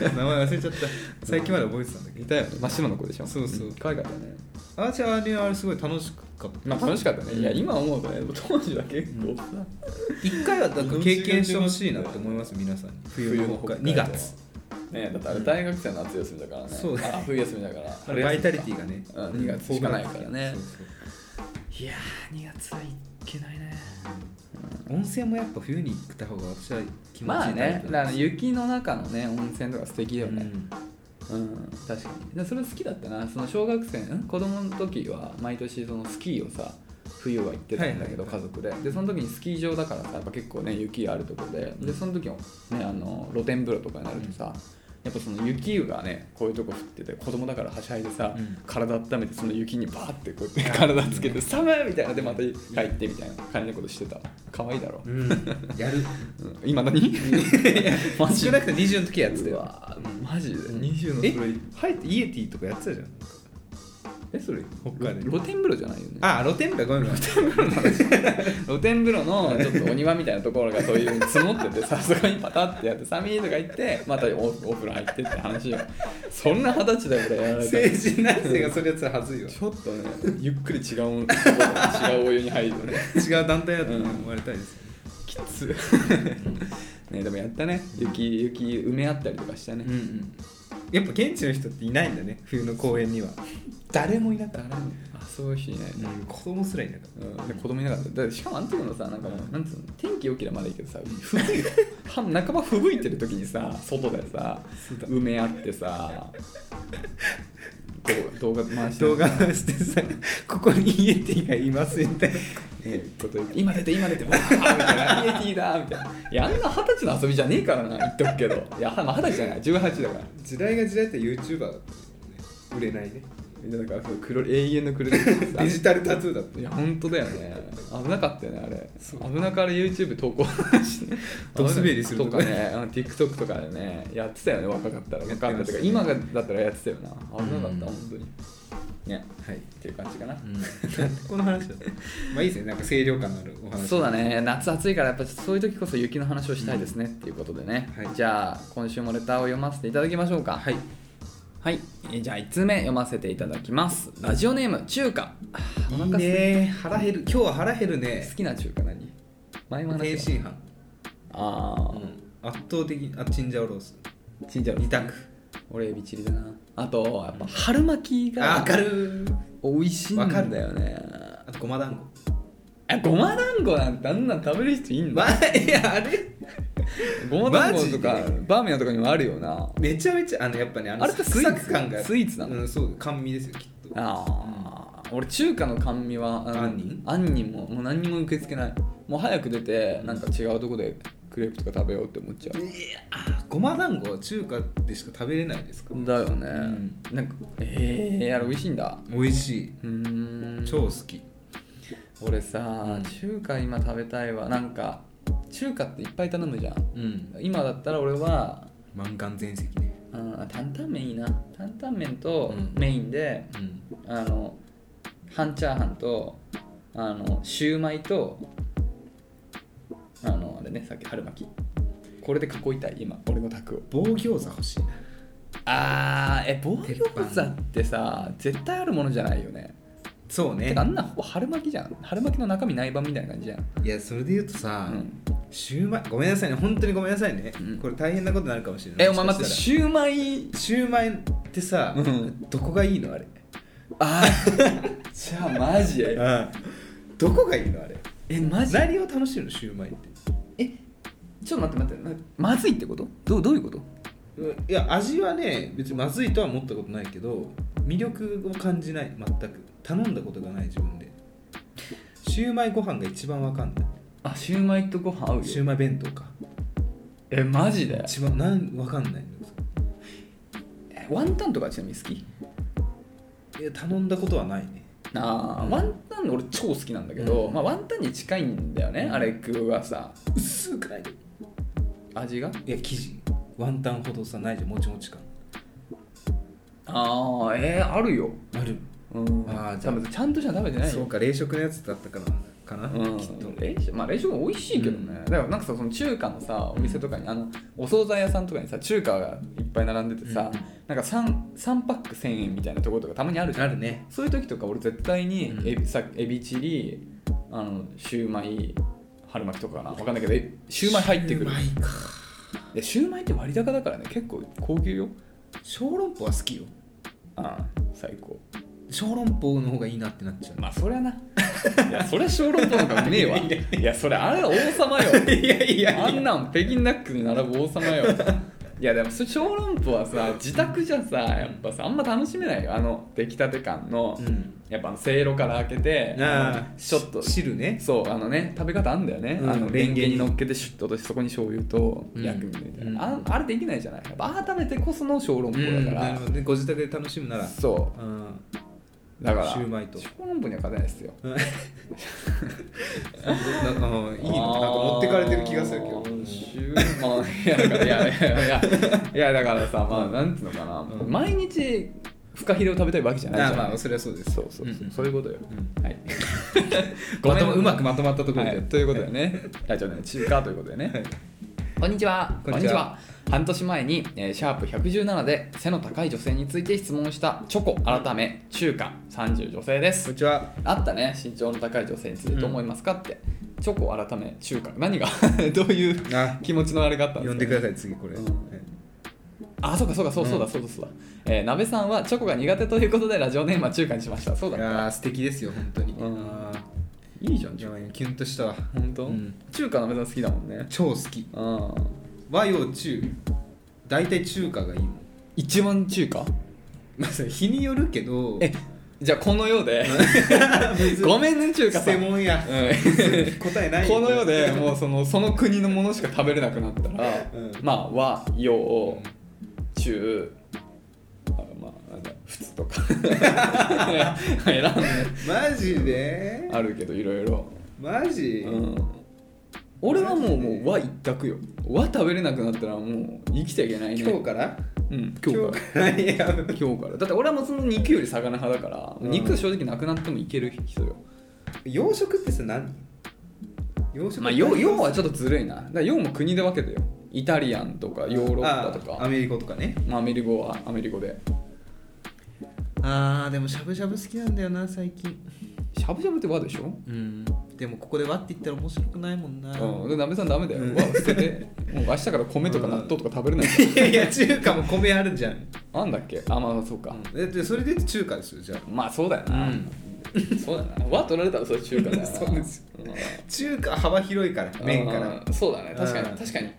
Speaker 1: 名前忘れちゃった最近まで覚えてたんだけ
Speaker 2: い
Speaker 1: ど
Speaker 2: たよね真っ白の子でしょ
Speaker 1: そうそうん
Speaker 2: 可愛かったね
Speaker 1: あーちゃんはねあれすごい楽しかった
Speaker 2: まあ楽しかったねいや今思うとねでも当時は結構さ、
Speaker 1: 一回はなんか経験してほしいなって思います皆さんに冬の北海道2月
Speaker 2: ねだってあれ大学生の夏休みだからね、
Speaker 1: そうだね
Speaker 2: あ冬休みだから
Speaker 1: あれバイタリティがね
Speaker 2: うん二月しかないからね
Speaker 1: そうそ
Speaker 2: いやー2月はいけないね
Speaker 1: う温泉もやっぱ冬に行った方が私は気持
Speaker 2: ま
Speaker 1: ち
Speaker 2: あ
Speaker 1: いいタイ
Speaker 2: ね
Speaker 1: プ
Speaker 2: だ
Speaker 1: なん
Speaker 2: から
Speaker 1: です
Speaker 2: 雪の中のね温泉とか素敵だよ
Speaker 1: う
Speaker 2: ね
Speaker 1: ん
Speaker 2: うん、確かにでそれ好きだったなその小学生ん子供の時は毎年そのスキーをさ冬は行ってたんだけど、
Speaker 1: はいはいはい
Speaker 2: 家族ででその時にスキー場だからさやっぱ結構ね雪あるとこででその時もねあの露天風呂とかになるとさ、やっぱその雪がねこういうとこ降ってて子供だからはしゃいでさ、
Speaker 1: うん
Speaker 2: 体温めてその雪にバーってこうやって体つけて寒いみたいなでまた帰ってみたいな感じのことしてた可愛いだろ、
Speaker 1: うんやる
Speaker 2: うん、今 何マジ
Speaker 1: 少なくとも20の時やってた
Speaker 2: う
Speaker 1: よ
Speaker 2: わマジで
Speaker 1: うん
Speaker 2: 20の
Speaker 1: え
Speaker 2: それ
Speaker 1: 入ってイエティとかやってたじゃん
Speaker 2: えそれ
Speaker 1: 北海道
Speaker 2: 露天風呂じゃないよね
Speaker 1: あ露天風呂ごめんごめん
Speaker 2: 露天風呂のちょっとお庭みたいなところがそういうの積もっててさそこにパタってやって寒いとか言ってまたおお風呂入ってって話よそんな二十歳だよ俺 やられたら
Speaker 1: 成人男性がそれやったらはずい よ
Speaker 2: ちょっとねゆっくり違うところ違うお湯に入るよね
Speaker 1: 違う団体だと思われたいですよね
Speaker 2: きつ ねでもやったね雪雪埋め合ったりとかしたね、
Speaker 1: うんうんやっぱ現地の人っていないんだね冬の公園には誰もいなかった、
Speaker 2: あそういう人いないね、
Speaker 1: うん、子供すらいなかっ
Speaker 2: うん、で子供いなかっただからしかもあの時のさなんかもうなんつうの天気良ければまだいいけどさふぶいよ半半ばふぶいてる時にさ外でさ
Speaker 1: そうだ
Speaker 2: 埋め合ってさ動動画回したて
Speaker 1: 動画してさここにイエティがいますみたいな
Speaker 2: ねこうやって今出て今出てわーみたいな「イエティいだみたいな「いやあんな二十歳の遊びじゃねえからな言っとくけどいやまあ二十歳じゃない18だから」
Speaker 1: 時代が時代って YouTuber だったもんね売れないね
Speaker 2: だからそう黒永遠の黒です
Speaker 1: デジタルタトゥーだった
Speaker 2: いや本当だよね危なかったよねあれ危なから YouTube 投稿して
Speaker 1: ドスベリする
Speaker 2: と
Speaker 1: と
Speaker 2: か
Speaker 1: か
Speaker 2: ねうん TikTok とかでねやってたよね若かったら若かったとか
Speaker 1: やってま
Speaker 2: 今
Speaker 1: した
Speaker 2: がだったらやってたよな危なかった
Speaker 1: うん
Speaker 2: 本当にね
Speaker 1: はい
Speaker 2: っていう感じかな、
Speaker 1: この話だまあいいですねなんか清涼感のあるお話
Speaker 2: そうだね夏暑いからやっぱそういう時こそ雪の話をしたいですね、っていうことでね、
Speaker 1: はい
Speaker 2: じゃあ今週もレターを読ませていただきましょうかはい、はい、えーじゃあ1通目読ませていただきますラジオネーム中華あー
Speaker 1: いい
Speaker 2: お腹すい
Speaker 1: ね腹減る今日は腹減るね
Speaker 2: 好きな中華何前も
Speaker 1: 天
Speaker 2: 話した
Speaker 1: 津飯、
Speaker 2: あ
Speaker 1: う
Speaker 2: あ、
Speaker 1: ん、圧倒的にあチンジャオロース
Speaker 2: チンジャオ
Speaker 1: 二択
Speaker 2: 俺エビチリだなあとやっぱ春巻き
Speaker 1: あ
Speaker 2: が
Speaker 1: ー明るい
Speaker 2: 美味しいんだよね
Speaker 1: あとごま団
Speaker 2: えごま団子なんてあんなん食べる人いん
Speaker 1: 子
Speaker 2: の、
Speaker 1: まいやあれ
Speaker 2: ごま団子とか
Speaker 1: マジで
Speaker 2: バーミヤンとかにもあるよな
Speaker 1: めちゃめちゃあのやっぱねあの
Speaker 2: あれってスイーツ
Speaker 1: サクサク感が
Speaker 2: スイーツなの
Speaker 1: うんそう甘味ですよきっと
Speaker 2: あー俺中華の甘味はあの
Speaker 1: 杏仁
Speaker 2: 杏仁ももう何にも受け付けないもう早く出てなんか違うとこでクレープとか食べようって思っちゃう
Speaker 1: ごま団子は中華でしか食べれないですか
Speaker 2: だよね、
Speaker 1: ん
Speaker 2: なんかええー、あれ美味しいんだ
Speaker 1: 美味しいう
Speaker 2: ーん
Speaker 1: 超好き
Speaker 2: 俺さ中華今食べたいわなんか中華っていっぱい頼むじゃん
Speaker 1: うん
Speaker 2: 今だったら俺は
Speaker 1: 満貫全席ね
Speaker 2: うん担々麺いいな担々麺と
Speaker 1: うん
Speaker 2: メインで、
Speaker 1: うん
Speaker 2: あの半チャーハンとあのシューマイとあのあれねさっき春巻きこれで囲いたい今俺の卓を
Speaker 1: 棒餃子欲しいな
Speaker 2: あーえ棒
Speaker 1: 鉄
Speaker 2: 餃
Speaker 1: 板
Speaker 2: 子ってさ絶対あるものじゃないよね
Speaker 1: そう
Speaker 2: て
Speaker 1: ね
Speaker 2: かあんなほぼ春巻きじゃん春巻きの中身ない版みたいな感じじゃん
Speaker 1: いやそれで言うとさ、
Speaker 2: うん
Speaker 1: シューマイごめんなさいね本当にごめんなさいね、
Speaker 2: うん
Speaker 1: これ大変なことになるかもしれない
Speaker 2: えお前待って
Speaker 1: もし
Speaker 2: シューマイ
Speaker 1: かしたらシューマイってさ、
Speaker 2: うん
Speaker 1: どこがいいのあれ
Speaker 2: あー じゃあマジで
Speaker 1: うんどこがいいのあれ
Speaker 2: えマジ
Speaker 1: 何を楽しむのシューマイって
Speaker 2: えちょっと待って待ってまずいってことどうどういうこと
Speaker 1: うんいや味はね別にまずいとは思ったことないけど魅力を感じない全く頼んだことがない自分でシューマイご飯が一番わかんない
Speaker 2: あシューマイとご飯合う
Speaker 1: シューマイ弁当か
Speaker 2: えマジで
Speaker 1: 一番なんわかんないんです
Speaker 2: えワンタンとかちなみに好き
Speaker 1: いや頼んだことはないね
Speaker 2: あー
Speaker 1: うん
Speaker 2: ワンタン俺超好きなんだけど、
Speaker 1: うん
Speaker 2: まあ、ワンタンに近いんだよね、
Speaker 1: うん
Speaker 2: あれ具がさ
Speaker 1: 薄くないで
Speaker 2: 味が
Speaker 1: いや生地ワンタンほどさないじゃんもちもち感
Speaker 2: ああえー、あるよ
Speaker 1: ある
Speaker 2: うん
Speaker 1: あーじ
Speaker 2: 多
Speaker 1: ゃあ
Speaker 2: 分ちゃんとじゃ食べてないよ
Speaker 1: そうか冷食のやつだったからかな、
Speaker 2: うん
Speaker 1: きっと
Speaker 2: 冷食まあ冷食も美味しいけどね、だからなんかさその中華のさお店とかにあのお惣菜屋さんとかにさ中華がいっぱい並んでてさ、
Speaker 1: うん
Speaker 2: なんか 3, 三パック1000円みたいなところとかたまにあるじゃん
Speaker 1: あるね
Speaker 2: そういう時とか俺絶対に
Speaker 1: うん
Speaker 2: エビ,、さエビチリあのシューマイ春巻きとかかな分かんないけどえシューマイ入ってくる
Speaker 1: シューマイか
Speaker 2: でシューマイって割高だからね結構高級よ
Speaker 1: 小籠包は好きよ
Speaker 2: ああ最高
Speaker 1: 小籠包の方がいいなってなっちゃう
Speaker 2: まあそり ゃないやそりゃ小籠包なんかうめえわ
Speaker 1: いやい
Speaker 2: いやそれあれは王様よ
Speaker 1: いやい
Speaker 2: あんなん北京ダックに並ぶ王様よいやでもそ小籠包はさ自宅じゃさやっぱさあんま楽しめないよあの出来たて感の、
Speaker 1: うん
Speaker 2: やっぱあのせいろから開けて
Speaker 1: ああ
Speaker 2: ちょっと
Speaker 1: 汁ね
Speaker 2: そうあのね食べ方あんだよね、
Speaker 1: うん
Speaker 2: あのレ
Speaker 1: レ
Speaker 2: ン
Speaker 1: ン
Speaker 2: ゲ
Speaker 1: ゲ
Speaker 2: に
Speaker 1: に
Speaker 2: 乗っけてシュッと落としてそこに醤油と
Speaker 1: うん
Speaker 2: 薬味みたいな、
Speaker 1: うん
Speaker 2: ああれできないじゃないやっぱ改めてこその小籠包
Speaker 1: うん
Speaker 2: だか
Speaker 1: な
Speaker 2: ら
Speaker 1: る、ほどねご自宅で楽しむ なら
Speaker 2: そ
Speaker 1: うん
Speaker 2: うだから
Speaker 1: シューマイと
Speaker 2: 小籠包には勝てないですよ
Speaker 1: うんなんかうんいいのなんか持ってかれてる気がするけど
Speaker 2: あーシューマイいやだからいやいやいやいやだからさまあなんつうのかな、
Speaker 1: うん
Speaker 2: 毎日フカヒレを食べたいわけじゃない
Speaker 1: あ
Speaker 2: じ
Speaker 1: あ
Speaker 2: ゃん
Speaker 1: まあそれはそうです
Speaker 2: そうそうそう、
Speaker 1: んん
Speaker 2: そういうことよ、
Speaker 1: うん
Speaker 2: はい
Speaker 1: まとまうまくまとまったところ
Speaker 2: は
Speaker 1: で
Speaker 2: い、ということでね、あじゃあね中華ということでね、
Speaker 1: はい
Speaker 2: こんにちは
Speaker 1: こんにちは
Speaker 2: 半年前に、えーシャープ117で背の高い女性について質問したチョコ改め中華30女性で
Speaker 1: こん
Speaker 2: す
Speaker 1: にちは
Speaker 2: あったね身長の高い女性についてどう思いますかって、チョコ改め中華何が どういう
Speaker 1: あ
Speaker 2: 気持ちのあれがあったんです
Speaker 1: 呼
Speaker 2: か
Speaker 1: んでください次これ
Speaker 2: うん
Speaker 1: はい
Speaker 2: あそうかそうかそうそうだ、
Speaker 1: うん
Speaker 2: そうだそうだ、えー、鍋さんはチョコが苦手ということでラジオネームは中華にしましたそう
Speaker 1: い
Speaker 2: だ
Speaker 1: やー素敵ですよ本当に
Speaker 2: うん
Speaker 1: あー
Speaker 2: いいじゃん
Speaker 1: い
Speaker 2: 中華
Speaker 1: やキュンとしたわ
Speaker 2: 本当、
Speaker 1: うん
Speaker 2: 中華鍋さん好きだもんね
Speaker 1: 超好き
Speaker 2: うん
Speaker 1: 和洋中大体中華がいいもん
Speaker 2: 一番中華
Speaker 1: まあそれ日によるけど
Speaker 2: えじゃあこの世で ごめんね中華さ
Speaker 1: 専
Speaker 2: ん、うん、
Speaker 1: 門や 答えない
Speaker 2: この世でもうそのその国のものしか食べれなくなったら、
Speaker 1: うん
Speaker 2: まあ和洋中あまあなんだ仏とか 選んで
Speaker 1: マジで
Speaker 2: あるけどいろいろ、
Speaker 1: マジ、
Speaker 2: うん、俺はもうもう和一択よ和食べれなくなったらもう生きていけないね
Speaker 1: 今日から
Speaker 2: うん、今日から
Speaker 1: らいや
Speaker 2: 今日からだって俺はもうその肉より魚派だから、
Speaker 1: うん
Speaker 2: 肉正直なくなってもいける人よ
Speaker 1: 洋食ってさ何洋食
Speaker 2: まあ洋洋はちょっとずるいなだから洋も国で分けてよイタリアンとかヨーロッパと
Speaker 1: あア
Speaker 2: か
Speaker 1: メリカとかね
Speaker 2: まあ、アメリカ語はアメリカ語で
Speaker 1: あーでもしゃぶしゃぶ好きなんだよな最近
Speaker 2: しゃぶしゃぶって和でしょ
Speaker 1: うんでもここでわって言ったら面白くないもんな
Speaker 2: うん、でなべさんダメだよ、
Speaker 1: うん
Speaker 2: 和は捨ててもう明日から米とか納豆とか食べれない、
Speaker 1: いやいや中華も米あるじゃん
Speaker 2: なんだっけあまあそうか、
Speaker 1: えでそれで中華ですよじゃあ
Speaker 2: まあそうだよな、そうだよな和取られたらそれ中華だよな
Speaker 1: そうです
Speaker 2: うん
Speaker 1: 中華幅広いから麺から
Speaker 2: うんそうだね確かに
Speaker 1: うん
Speaker 2: 確かに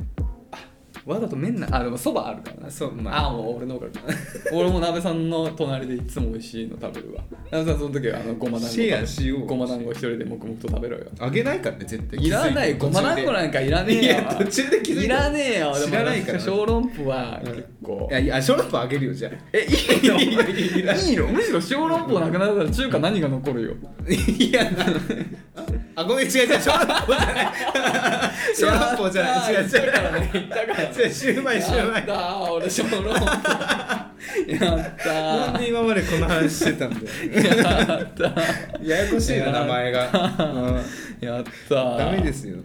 Speaker 2: あ和だと麺なあでもそばあるからな
Speaker 1: そうまあ
Speaker 2: ああもう俺の方が俺も鍋さんの隣でいつも美味しいの食べるわ鍋さんその時はあのごま団子
Speaker 1: シェアしよう
Speaker 2: ごま団子一人で黙々と食べろよ
Speaker 1: あげないからね絶対
Speaker 2: いらないごま団子なんかいらねえ
Speaker 1: い
Speaker 2: よ
Speaker 1: や途中で気づいた
Speaker 2: いらねえよ
Speaker 1: 知らないから
Speaker 2: でも小籠包は
Speaker 1: うん
Speaker 2: 結構
Speaker 1: いやいや小籠包あげるよじゃあ
Speaker 2: えいいの
Speaker 1: いらない
Speaker 2: いいのむしろ小籠包なくなったら中華何が残るよ
Speaker 1: いやなあごめん違う違う小籠包じゃ ない小籠包じゃない違う違う
Speaker 2: だからね言ったからね
Speaker 1: 違うシューマイシューマ
Speaker 2: やっ
Speaker 1: イ
Speaker 2: たー俺小籠包やった
Speaker 1: なん
Speaker 2: ー
Speaker 1: で今までこの話してたんだよ
Speaker 2: やったー
Speaker 1: ややこしいな名前が、
Speaker 2: やった
Speaker 1: うん
Speaker 2: ー
Speaker 1: ダメですよ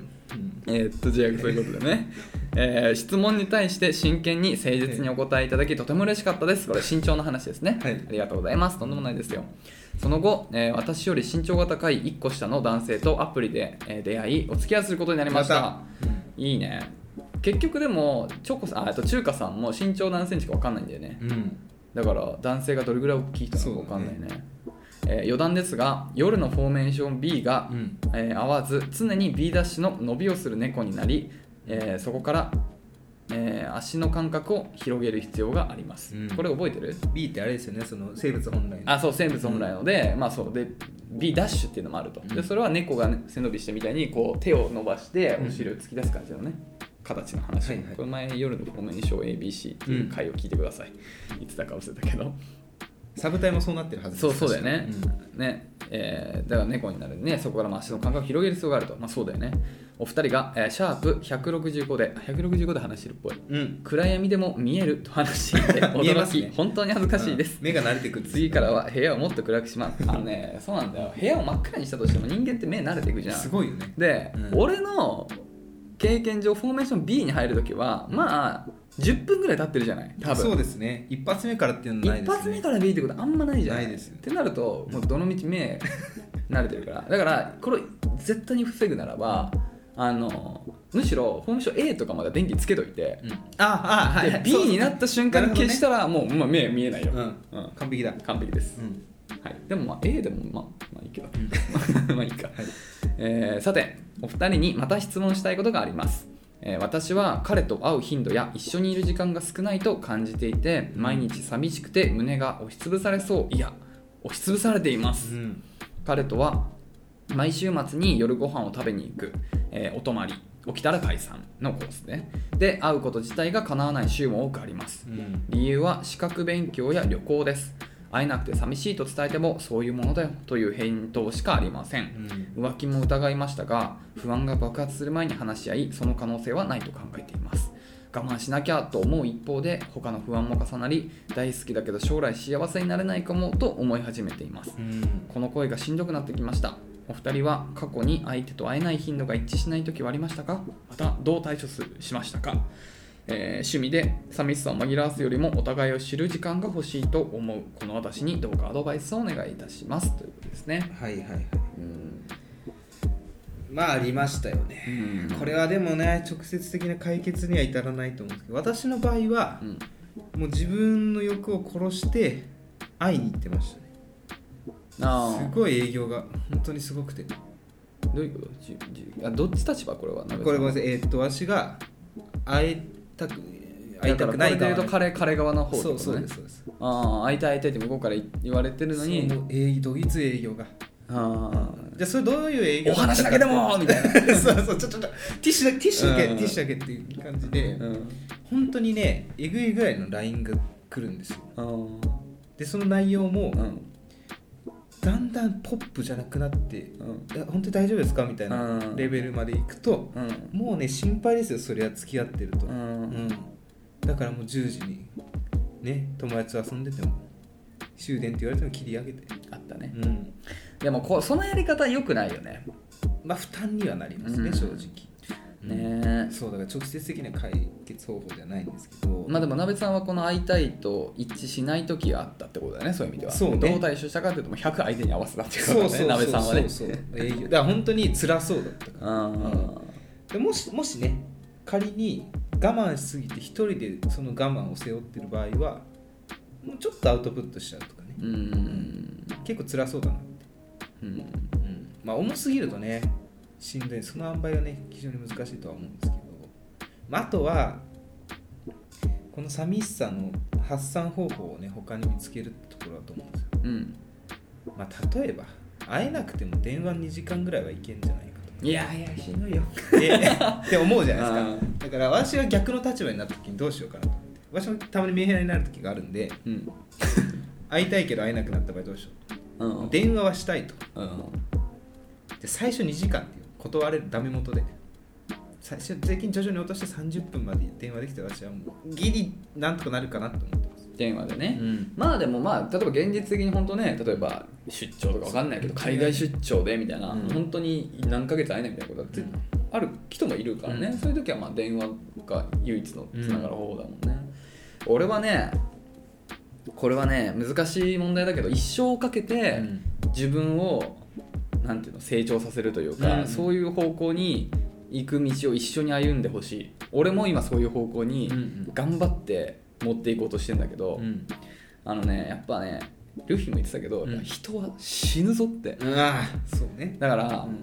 Speaker 2: えーっとじゃあそういうことでね、えー質問に対して真剣に誠実にお答えいただきとても嬉しかったですこれ身長の話ですね、
Speaker 1: はい
Speaker 2: ありがとうございますとんでもないですよその後、えー私より身長が高い1個下の男性とアプリで、えー出会いお付き合いすることになりました
Speaker 1: ま
Speaker 2: いいね結局でもチョコさんあえっと中華さんも身長何センチか分かんないんだよね
Speaker 1: うん
Speaker 2: だから男性がどれぐらい大きい人なのか分かんないねえー余談ですが夜のフォーメーション B が、
Speaker 1: うん
Speaker 2: えー合わず常に B ダッシュの伸びをする猫になり、えーそこから、えー足の感覚を広げる必要があります、
Speaker 1: うん
Speaker 2: これ覚えてる
Speaker 1: B ってあれですよねその生物本来の
Speaker 2: あそう生物本来ので、まあそうで B ダッシュっていうのもあると、
Speaker 1: うん
Speaker 2: でそれは猫が、ね、背伸びしてみたいにこう手を伸ばして
Speaker 1: うん
Speaker 2: お尻を突き出す感じのね、形の話、
Speaker 1: はいはい
Speaker 2: これ前夜のフォーメーション ABC っていう回を聞いてください、いつだか忘れたけど
Speaker 1: サブタイもそうなってるはずです
Speaker 2: そうそうだよね,、
Speaker 1: 確か
Speaker 2: ねえーだから猫になるねそこからまあ足の感覚を広げる必要があると、まあ、そうだよねお二人が、えーシャープ165で165で話してるっぽい
Speaker 1: にうん
Speaker 2: 暗闇でも見えると話していて
Speaker 1: 見えま
Speaker 2: 驚
Speaker 1: す
Speaker 2: き、
Speaker 1: ね
Speaker 2: 本当に恥ずかしいです
Speaker 1: うん目が慣れてくる
Speaker 2: 次からは部屋をもっと暗くしますあのねそうなんだよ部屋を真っ暗にしたとしても人間って目慣れていくじゃん
Speaker 1: すごいよね
Speaker 2: で、
Speaker 1: うん
Speaker 2: 俺の経験上フォーメーション B に入るときはまあ10分ぐらい経ってるじゃない多分
Speaker 1: そうですね一発目からっていうのない
Speaker 2: 一
Speaker 1: ですね
Speaker 2: 発目から B ってことあんまないじゃん
Speaker 1: ないですよ
Speaker 2: ってなるともうどの道目慣れてるから だからこれ絶対に防ぐならばあのむしろフォームション A とかまで電気つけといて、
Speaker 1: うんああはい、は
Speaker 2: で
Speaker 1: い、
Speaker 2: B にな
Speaker 1: て
Speaker 2: った瞬間に消したらもう、まあ、目見えないよ、
Speaker 1: うん
Speaker 2: うん
Speaker 1: 完璧だ
Speaker 2: 完璧です、
Speaker 1: うん
Speaker 2: はい、でもまあ A でもまあまあいいけど、 まあいいか、
Speaker 1: い
Speaker 2: えーさてお二人にまた質問したいことがあります、えー私は彼と会う頻度や一緒にいる時間が少ないと感じていて毎日寂しくて胸が押しつぶされそういや押しつぶされています
Speaker 1: うん
Speaker 2: 彼とは毎週末に夜ご飯を食べに行く、えーお泊まり起きたら解散のコースねで会うこと自体が叶わない週も多くあります
Speaker 1: うん
Speaker 2: 理由は資格勉強や旅行です会えなくて寂しいと伝えてもそういうものだよという返答しかありません
Speaker 1: うん
Speaker 2: 浮気も疑いましたが不安が爆発する前に話し合いその可能性はないと考えています我慢しなきゃと思う一方で他の不安も重なり大好きだけど将来幸せになれないかもと思い始めています
Speaker 1: うん
Speaker 2: この声がしんどくなってきましたお二人は過去に相手と会えない頻度が一致しない時はありましたかまたどう対処すしましたか、えー趣味で寂しさを紛らわすよりもお互いを知る時間が欲しいと思うこの私にどうかアドバイスをお願いいたしますということですね
Speaker 1: はいはいはい
Speaker 2: うん
Speaker 1: まあありましたよね
Speaker 2: うん
Speaker 1: これはでもね直接的な解決には至らないと思うんですけど私の場合は
Speaker 2: うん
Speaker 1: もう自分の欲を殺して会いに行ってましたね
Speaker 2: あ
Speaker 1: す
Speaker 2: あ
Speaker 1: ごい営業が本当にすごくて
Speaker 2: どういうことじじあどっち立場これは
Speaker 1: これごめんなさいえーっと私が会いたく会いたくない側
Speaker 2: だからこれで言うと彼彼側の方って
Speaker 1: そ
Speaker 2: こ
Speaker 1: う
Speaker 2: と
Speaker 1: そう
Speaker 2: ね
Speaker 1: ですそうです
Speaker 2: ああ会いたい会いたいって向こうから言われてるのに
Speaker 1: その営業どぎつい営業が
Speaker 2: あ
Speaker 1: じゃあそれどういう営
Speaker 2: あ
Speaker 1: 業
Speaker 2: お話だけでもみたいな、
Speaker 1: な そうそうちょちょちょティッシュだけティッシュだけ、
Speaker 2: うん
Speaker 1: ティッシュだけっていう感じで、
Speaker 2: うん、
Speaker 1: 本当にねえぐいぐらいの LINE が来るんですよ
Speaker 2: ああ
Speaker 1: でその内容も、
Speaker 2: うん
Speaker 1: だんだんポップじゃなくなって
Speaker 2: うん
Speaker 1: 「いや本当に大丈夫ですか?」みたいな
Speaker 2: うん
Speaker 1: レベルまでいくと、
Speaker 2: うん
Speaker 1: もうね心配ですよそりゃ付き合ってると、
Speaker 2: う
Speaker 1: うん
Speaker 2: ん
Speaker 1: だからもう10時にね友達と遊んでても終電って言われても切り上げて、
Speaker 2: あったね
Speaker 1: うん、
Speaker 2: でもこうそのやり方良くないよね
Speaker 1: まあ負担にはなりますね、
Speaker 2: うん
Speaker 1: 正直
Speaker 2: ねえ
Speaker 1: そうだから直接的な解決方法じゃないんですけど
Speaker 2: まあでも鍋さんはこの会いたいと一致しない時があったってことだねそういう意味では
Speaker 1: そうね
Speaker 2: どう対処したかっていうともう100相手に合わせたっていうこ
Speaker 1: そう
Speaker 2: と
Speaker 1: そう
Speaker 2: だ
Speaker 1: そ
Speaker 2: ね
Speaker 1: う
Speaker 2: 鍋さんはね
Speaker 1: そうそう営業だから本当に辛そうだったから
Speaker 2: あ
Speaker 1: でもしもしね仮に我慢しすぎて一人でその我慢を背負ってる場合はもうちょっとアウトプットしちゃうとかね
Speaker 2: ーうん
Speaker 1: 結構辛そうだな、
Speaker 2: うん
Speaker 1: うん、まあ重すぎるとねしんどいその塩梅がね非常に難しいとは思うんですけど、まあ、あとはこの寂しさの発散方法をね他に見つけるってところだと思うんですよ、
Speaker 2: うん
Speaker 1: まあ、例えば会えなくても電話2時間ぐらいはいけんじゃないかと
Speaker 2: いやいやしんどいよ
Speaker 1: で って思うじゃない
Speaker 2: あ
Speaker 1: ですかだから私は逆の立場になった時にどうしようかなと思って私もたまにメンヘラになる時があるんで
Speaker 2: うん
Speaker 1: 会いたいけど会えなくなった場合どうしよ
Speaker 2: う
Speaker 1: う、
Speaker 2: ん
Speaker 1: 電話はしたいと
Speaker 2: うん
Speaker 1: で最初2時間っていう断れるダメ元で最初最近徐々に落として30分まで電話できて私はもうギリなんとかなるかなと思ってます、
Speaker 2: 電話でね、
Speaker 1: ん、
Speaker 2: まあでもまあ例えば現実的に本当ね例えば出張とかわかんないけど海外出張でみたいな、
Speaker 1: うん
Speaker 2: 本当に何ヶ月会えないみたいなことだって
Speaker 1: うん
Speaker 2: ある人もいるからね、
Speaker 1: うん
Speaker 2: そういう時はまあ電話が唯一のつながる方法だもんね、俺はねこれはね難しい問題だけど一生をかけて自分をなんていうの成長させるというか、
Speaker 1: うん
Speaker 2: そういう方向に行く道を一緒に歩んでほしい俺も今そういう方向に
Speaker 1: うん
Speaker 2: 頑張って持っていこうとしてんだけど、
Speaker 1: うん
Speaker 2: あのねやっぱねルフィも言ってたけど、
Speaker 1: うん
Speaker 2: やっぱ人は死ぬぞって
Speaker 1: うんああそうね
Speaker 2: だから、
Speaker 1: ん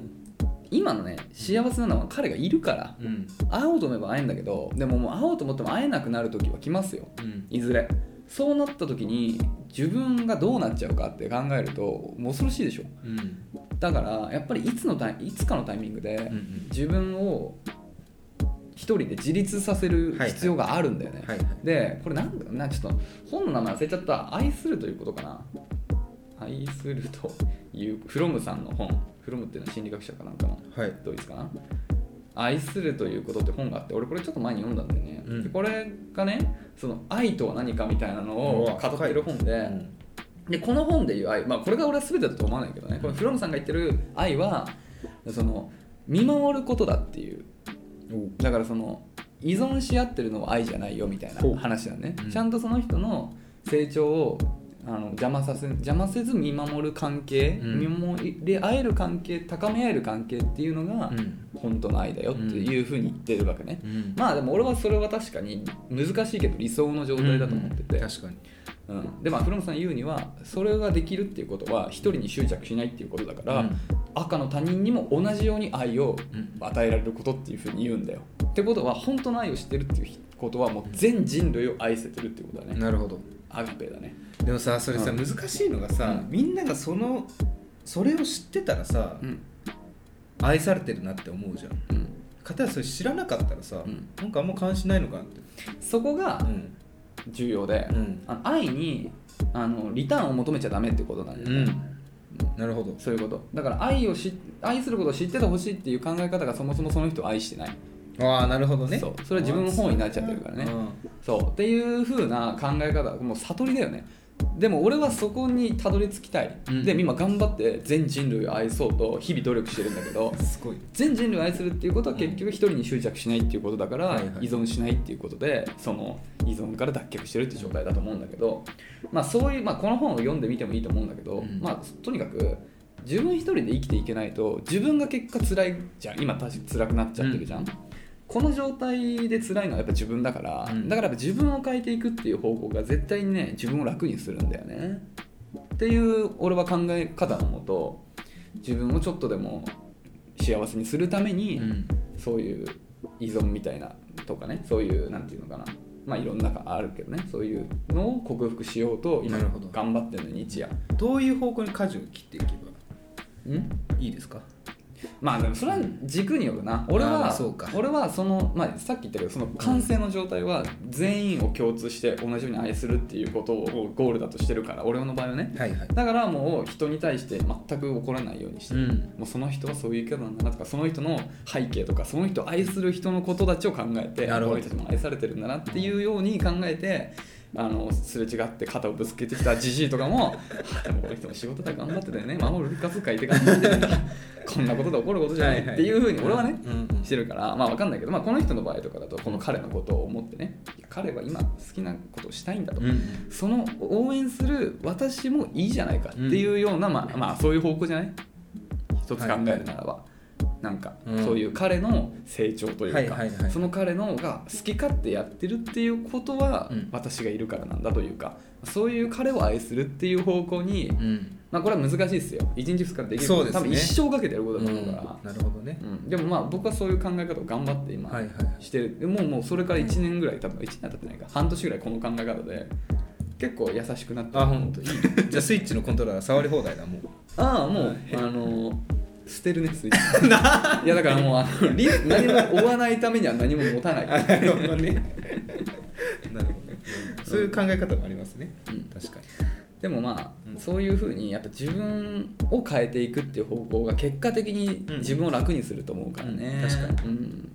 Speaker 2: 今のね幸せなのは彼がいるから
Speaker 1: うん
Speaker 2: 会おうと思えば会えんだけどでももう会おうと思っても会えなくなる時は来ますよ
Speaker 1: うん
Speaker 2: いずれそうなった時に自分がどうなっちゃうかって考えるともう恐ろしいでしょ
Speaker 1: うん
Speaker 2: だからやっぱりいつのタイいつかのタイミングで
Speaker 1: うん
Speaker 2: 自分を一人で自立させる必要があるんだよね、
Speaker 1: はいはい
Speaker 2: でこれなんだろうなちょっと本の名前忘れちゃった「愛する」ということかな「愛する」というフロムさんの本フロムっていうのは心理学者かなんかの
Speaker 1: はい
Speaker 2: ドイツかな「愛するということ」って本があって俺これちょっと前に読んだんだよね、
Speaker 1: うん
Speaker 2: でこれがねその愛とは何かみたいなのを語ってる本で、
Speaker 1: うん
Speaker 2: でこの本でいう愛、まあ、これが俺は全てだと思わないけどねこのフロムさんが言ってる愛はその見守ることだっていうだからその依存し合ってるのは愛じゃないよみたいな
Speaker 1: ほう
Speaker 2: 話だね、
Speaker 1: うん
Speaker 2: ちゃんとその人の成長をあの邪魔させ邪魔せず見守る関係、
Speaker 1: うん
Speaker 2: 見守り合える関係高め合える関係っていうのが
Speaker 1: うん
Speaker 2: 本当の愛だよっていうふうに言ってるわけね、
Speaker 1: うん
Speaker 2: まあでも俺はそれは確かに難しいけど理想の状態だと思ってて、
Speaker 1: うん確かに
Speaker 2: うん、でまあフロムさん言うにはそれができるっていうことは一人に執着しないっていうことだから、
Speaker 1: うん
Speaker 2: 赤の他人にも同じように愛を
Speaker 1: うん
Speaker 2: 与えられることっていうふうに言うんだよ。ってことは本当の愛を知ってるっていうことはもう全人類を愛せてるっていうことだね。
Speaker 1: なるほど
Speaker 2: アガペだね。
Speaker 1: でもさそれさ、
Speaker 2: うん
Speaker 1: 難しいのがさ、
Speaker 2: うん
Speaker 1: みんながそのそれを知ってたらさ、
Speaker 2: うん
Speaker 1: 愛されてるなって思うじゃん
Speaker 2: うん
Speaker 1: かたやそれ知らなかったらさ、
Speaker 2: うん
Speaker 1: なんかあんま関心ないのかなって
Speaker 2: そこが
Speaker 1: うん
Speaker 2: 重要で、
Speaker 1: うん
Speaker 2: あの愛にあのリターンを求めちゃダメってことなんだよね。
Speaker 1: なるほど
Speaker 2: そういうことだから愛をし愛することを知っててほしいっていう考え方がそもそもその人を愛してない、
Speaker 1: ああなるほどね
Speaker 2: そうそれは自分本位になっちゃってるからね、
Speaker 1: うん
Speaker 2: そうっていう風な考え方もう悟りだよねでも俺はそこにたどり着きたい、
Speaker 1: うん
Speaker 2: で今頑張って全人類を愛そうと日々努力してるんだけど
Speaker 1: すごい
Speaker 2: 全人類を愛するっていうことは結局一人に執着しないっていうことだから、
Speaker 1: はいはい
Speaker 2: 依存しないっていうことでその依存から脱却してるっていう状態だと思うんだけど、まあ、そういう、まあ、この本を読んでみてもいいと思うんだけど、
Speaker 1: うん
Speaker 2: まあ、とにかく自分一人で生きていけないと自分が結果辛いじゃん今確かに辛くなっちゃってるじゃん、この状態で辛いのはやっぱ自分だから、
Speaker 1: うん
Speaker 2: だからやっぱ自分を変えていくっていう方向が絶対にね自分を楽にするんだよねっていう俺は考え方のもと自分をちょっとでも幸せにするために、
Speaker 1: うん
Speaker 2: そういう依存みたいなとかねそういうなんていうのかなまあいろんながあるけどねそういうのを克服しようと今
Speaker 1: なるほど
Speaker 2: 頑張ってるの日夜
Speaker 1: どういう方向に舵を切っていけば
Speaker 2: ん
Speaker 1: いいですか
Speaker 2: まあでもそれは軸によるな俺
Speaker 1: あ
Speaker 2: は
Speaker 1: ーそうか
Speaker 2: 俺はその、まあ、さっき言ったけどその完成の状態は全員を共通して同じように愛するっていうことをゴールだとしてるから俺の場合はね
Speaker 1: はいはい
Speaker 2: だからもう人に対して全く怒らないようにして
Speaker 1: う
Speaker 2: る、
Speaker 1: ん
Speaker 2: もうその人はそういう生き方なんだなとかその人の背景とかその人を愛する人のことたちを考えて
Speaker 1: なるほ
Speaker 2: こ
Speaker 1: ど
Speaker 2: の人たちも愛されてるんだなっていうように考えてあのすれ違って肩をぶつけてきたじじいとかもあでもこの人も仕事だ頑張ってたよね守る家族いて頑張ってるんだこんなことで怒ることじゃないっていうふうに俺はね
Speaker 1: うんうん
Speaker 2: してるからまあわかんないけど、まあ、この人の場合とかだとこの彼のことを思ってねいや彼は今好きなことをしたいんだと
Speaker 1: うんうん
Speaker 2: その応援する私もいいじゃないかっていうような、まあ、まあそういう方向じゃない一つ考えるならば、なんか、
Speaker 1: うん
Speaker 2: そういう彼の成長というか、
Speaker 1: はいはいはい
Speaker 2: その彼のが好き勝手やってるっていうことは、
Speaker 1: うん
Speaker 2: 私がいるからなんだというかそういう彼を愛するっていう方向に、
Speaker 1: うん
Speaker 2: まあ、これは難しいですよ1日2日でできる
Speaker 1: そうですね
Speaker 2: 多分一生かけてやることだと思うから、
Speaker 1: なるほどね
Speaker 2: うんでもまあ僕はそういう考え方を頑張って今
Speaker 1: はいはいはい
Speaker 2: してる、でもうもうそれから1年ぐらい多分1年は経ってないか半年ぐらいこの考え方で結構優しくなって
Speaker 1: あ本当いいじゃあスイッチのコントローラー触り放題だ もう
Speaker 2: ああもうあのー捨てるねスイ ッチいやだからもうあのリス何も追わないためには何も持たない
Speaker 1: なるほどね。なるほどね。そういう考え方もありますね。
Speaker 2: うん
Speaker 1: 確かに。
Speaker 2: でもまあ、
Speaker 1: うん
Speaker 2: そういうふうにやっぱ自分を変えていくっていう方向が結果的に
Speaker 1: うん
Speaker 2: 自分を楽にすると思うからね、
Speaker 1: うん確か
Speaker 2: に、